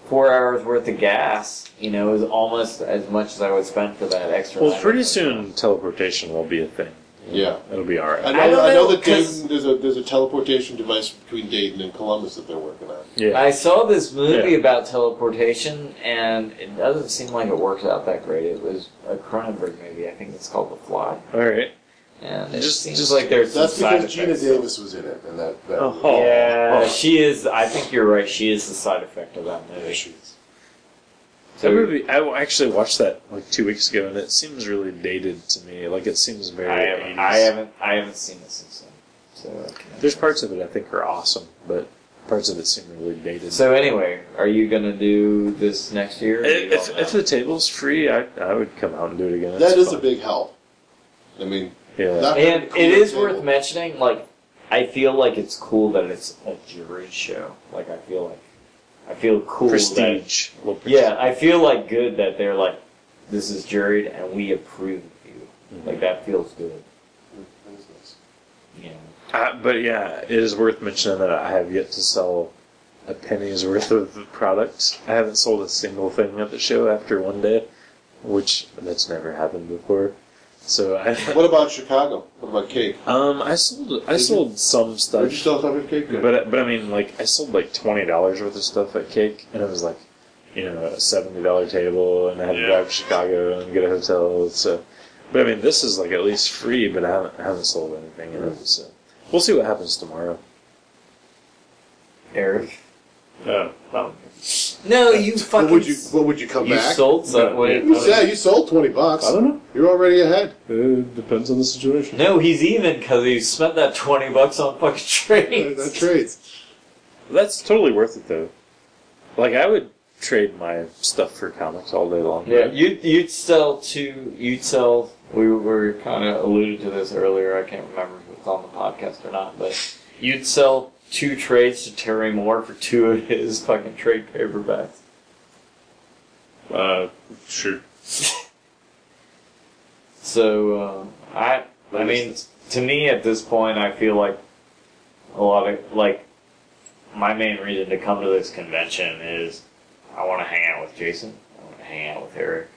four hours worth of gas, you know, is almost as much as I would spend for that extra. Well, night. pretty soon teleportation will be a thing. yeah. It'll be I alright. know, I I don't know, know, that 'cause- Dayton, there's a there's a teleportation device between Dayton and Columbus that they're working on. Yeah. I saw this movie Yeah. about teleportation, and it doesn't seem like it works out that great. It was a Cronenberg movie. I think it's called The Fly, All right. and it Just- seems just- like there's That's some side because Gina effects. Davis was in it, and that. that Oh. Yeah, Oh. she is. I think you're right. She is the side effect of that Yeah, movie. she is. That movie, I w- actually watched that like two weeks ago, and it seems really dated to me. Like it seems very. I haven't, 80s. I haven't, I haven't seen it since then. So I can't- There's parts of it I think are awesome, but parts of it seem really dated. So anyway, are you gonna do this next year? You if, don't if, know. if the table's free, I, I would come out and do it again. That It's is a fun. big help. I mean, Yeah. not and cool it is table. worth mentioning. Like, I feel like it's cool that it's a jury show. Like, I feel like, I feel cool that prestige. Well, prestige. Yeah, I feel like good that they're like, this is juried and we approve of you. Like that feels good. That is nice. Yeah. Uh, but yeah, it is worth mentioning that I have yet to sell a penny's worth of product. I haven't sold a single thing at the show after one day, which that's never happened before. So I, *laughs* What about Chicago? What about cake? um, I sold I sold some Did stuff. you still have cake? Good. But but I mean, like I sold like twenty dollars worth of stuff at Cake, and it was like, you know, a seventy dollar table, and I had to Yeah. drive to Chicago and get a hotel. So, but I mean, this is like at least free, but I haven't I haven't sold anything in it. So, we'll see what happens tomorrow. Eric. Oh, well, No, you fucking. what would you? What would you come you back? sold some. No, wait, You said you sold twenty bucks. I don't You're already ahead. know. It depends on the situation. No, he's even because he spent that twenty bucks on fucking That trades. that trades. That's totally worth it though. Like I would trade my stuff for comics all day long. Yeah, you'd you'd sell to you'd sell. We were kind of alluded to this earlier. I can't remember if it was on the podcast or not, but you'd sell two trades to Terry Moore for two of his fucking trade paperbacks. Uh, sure. So uh, I, I mean, to me at this point, I feel like a lot of like my main reason to come to this convention is I want to hang out with Jason, I want to hang out with Eric,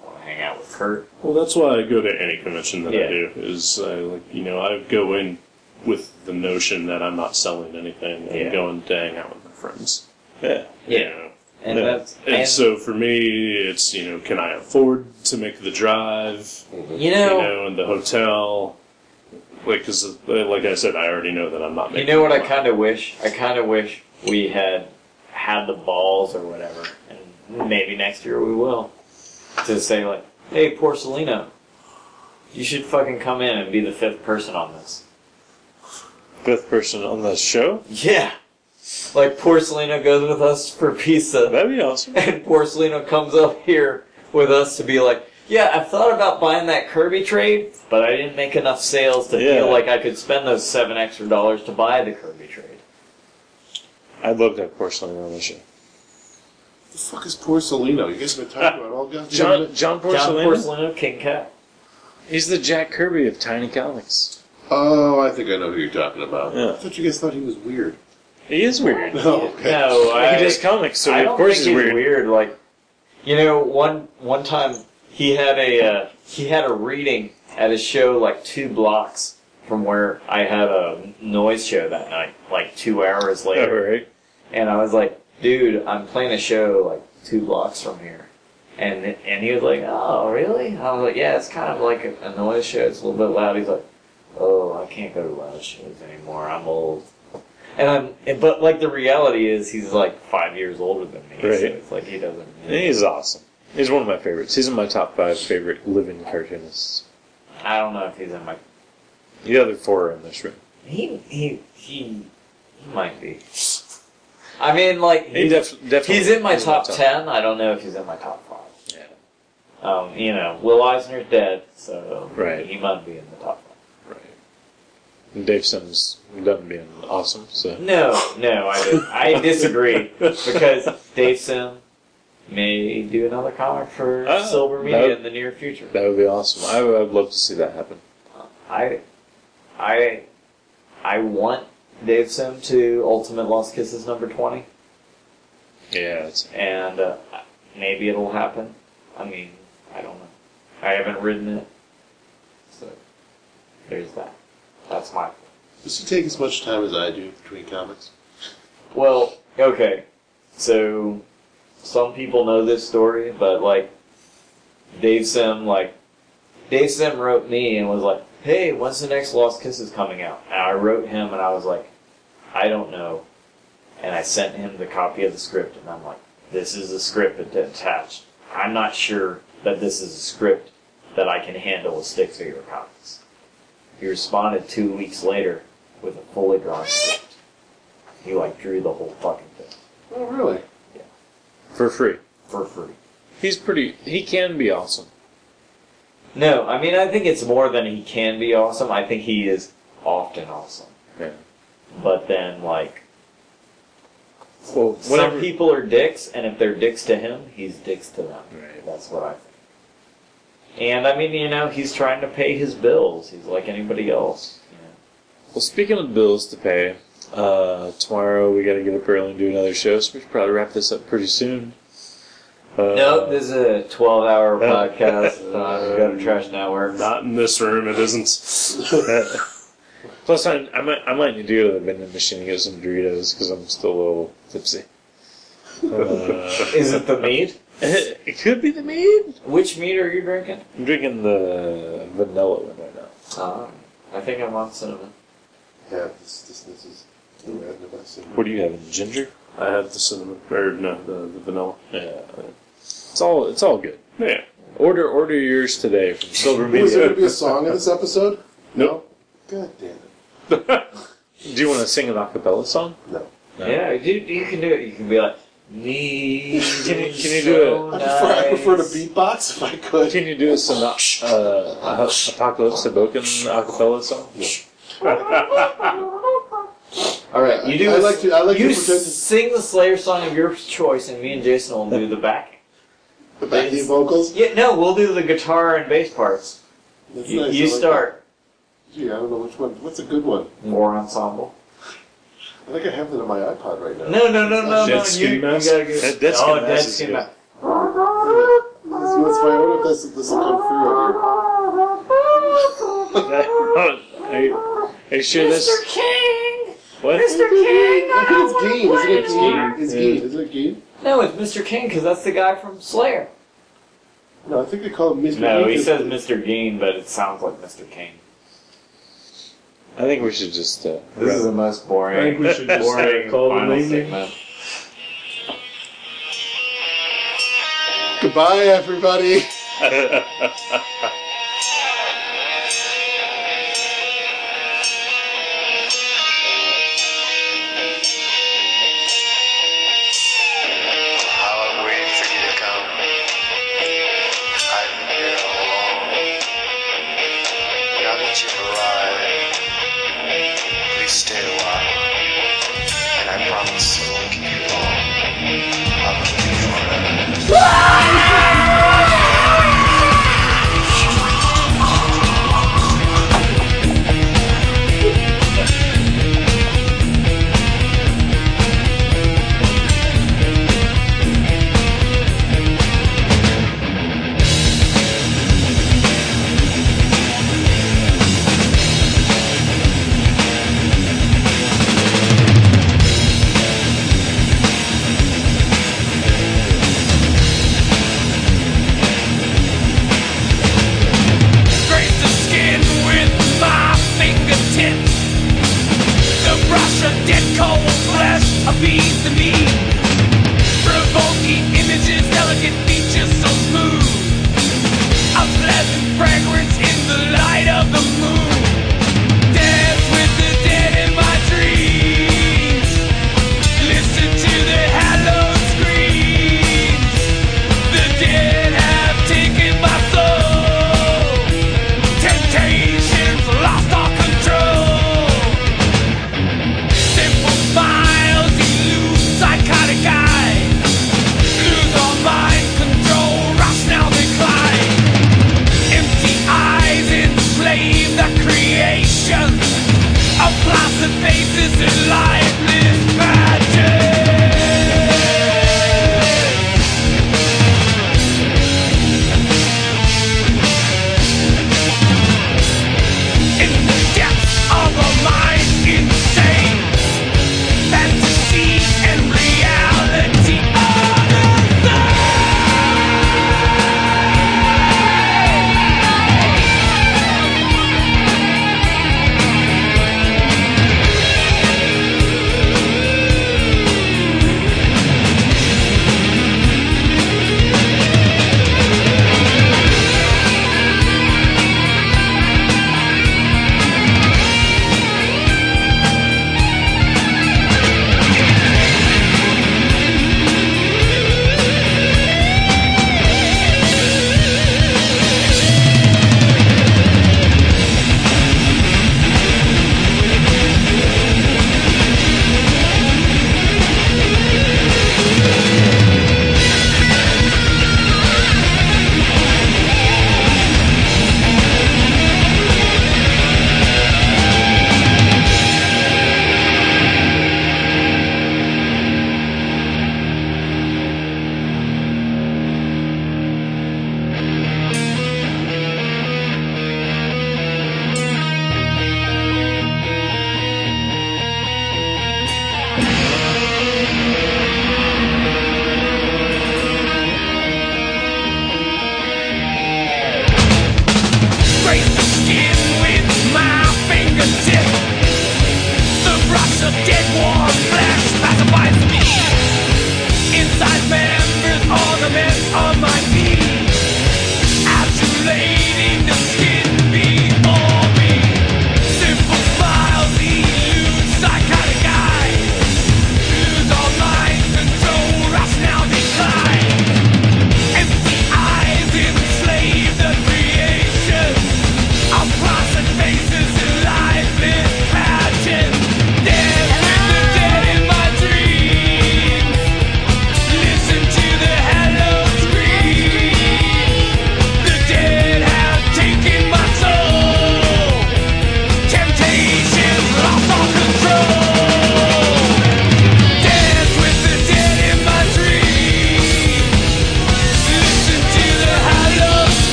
I want to hang out with Kurt. Well, that's why I go to any convention that Yeah. I do. Is I like you know I go in with the notion that I'm not selling anything. I'm Yeah. going to hang out with my friends. Yeah. you Yeah. know. And Yeah. that's and, and so for me, it's you know can I afford to make the drive? you You know know, and the hotel. Like, cause uh, like I said, I already know that I'm not you making. know what I money. kind of wish I kind of wish we had had the balls or whatever, and maybe next year we will to say like, hey, Porcelino. You should fucking come in and be the fifth person on this. Fifth person on the show. Yeah. Like Porcelino goes with us for pizza, That'd be awesome. and Porcelino comes up here with us to be like, yeah, I thought about buying that Kirby trade, but I didn't make enough sales to Yeah. feel like I could spend those seven extra dollars to buy the Kirby trade. I'd love to have porcelain on the show. The fuck is Porcelino? You guys have been talking about it all goddamn John night. John John Porcelino. Porcelino, King Cat. He's the Jack Kirby of Tiny Comics. Oh, I think I know who you're talking about. Yeah. I thought you guys thought he was weird. He is weird. No, *laughs* *laughs* okay. No, I, he does comics, so I don't of course think he's weird. Like, you know, one one time he had a uh, he had a reading at a show like two blocks from where I had a noise show that night, like two hours Oh, later, right. and I was like, "Dude, I'm playing a show like two blocks from here." And, and he was like, oh, really? I was like, yeah, it's kind of like a, a noise show. It's a little bit loud. He's like, oh, I can't go to loud shows anymore. I'm old. And I'm, and- but like the reality is, he's like five years older than me. Right. So it's like he doesn't. And He's awesome. He's one of my favorites. He's in my top five favorite living cartoonists. I don't know if he's in my. The other four are in this room. He he he he might be. I mean, like He def- definitely he's in my is top ten. I don't know if he's in my top five. Yeah. Um, you know, Will Eisner's dead, so Right. he might be in the top five. Right. And Dave Sims done being awesome. So No, no, I didn't. I disagree because Dave Sim may do another comic for Oh, Silver Media that- in the near future. that would be awesome. I would I'd love to see that happen. I, I, I want Dave Sim to Ultimate Lost Kisses number twenty, Yeah. It's, and uh, maybe it'll happen. I mean, I don't know. I haven't written it, so there's that. That's my. Does he take as much time as I do between comics? Well, Okay, so some people know this story, but like Dave Sim, like Dave Sim wrote me and was like, "Hey, when's the next Lost Kisses coming out?" And I wrote him and I was like, "I don't know," and I sent him the copy of the script and I'm like, "This is the script att- attached. I'm not sure that this is a script that I can handle with stick figure copies." He responded two weeks later with a fully drawn script. He like drew the whole fucking thing Oh, really? for free. for free. He's pretty. He can be awesome. No, I mean I think it's more than he can be awesome. I think he is often awesome. Yeah. But then like Well, some whatever. people are dicks, and if they're dicks to him, he's dicks to them. Right. That's what I think. And I mean, you know, he's trying to pay his bills. He's like anybody else. you know. Well, speaking of bills to pay, uh, tomorrow we got to get up early and do another show, so we should probably wrap this up pretty soon. Uh, no, this is a twelve-hour No. *laughs* podcast on Go to Trash Network. Not in this room, it isn't. *laughs* *laughs* Plus, I, I might I might need to go to the vending machine and get some Doritos because I'm still a little tipsy. Uh, Is it the meat? it could be the mead. Which meat are you drinking? I'm drinking the vanilla one right now. Um, I think I'm on cinnamon. Yeah, this, this, this is the random I see. What do you having? Ginger? I have the cinnamon, or no, the, the vanilla. Yeah. It's all it's all good. Yeah. Order order yours today from *laughs* Silver Was there Media. going to be a song in this episode? Nope. God damn it. Do you want to sing an acapella song? No. No. Yeah, you, you can do it. You can be like, me. *laughs* Can you- can you do it? I prefer, I prefer to beatbox if I could. Can you do us an uh, uh, apocalypse Hoboken acapella song? *laughs* All right, You do. I like to. I like you to pretend to sing the Slayer song of your choice, and me and Jason will do the backing. the backing vocals. Yeah, no, we'll do the guitar and bass parts. That's You, nice, I you like that. start. Gee, I don't know which one. What's a good one? War ensemble. I think I have that on my iPod right now. No, no, no, no, Dead no. Skin you, Mask? you gotta go. Dead- Dead Skin oh, Mask dead is skin good. mask. That's, that's why I wonder if this this will come through on here. are, you, are you sure this? King, What? King. I think it's Gene. Isn't it play Gene? It's it. Gene. Isn't it Gene? No, it's Mr. King because that's the guy from Slayer. No, I think they call him Mr. No, Gene. he says Mr. Gene, but it sounds like Mr. King. I think we should just. Uh, This is the most boring. I think we should just, *laughs* uh, boring call the final name. segment. Goodbye, everybody. How I waited for you to come. I've been here all along. Now that you've arrived, please stay a while. And I promise I won't keep you long. I'll keep you forever.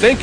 Thank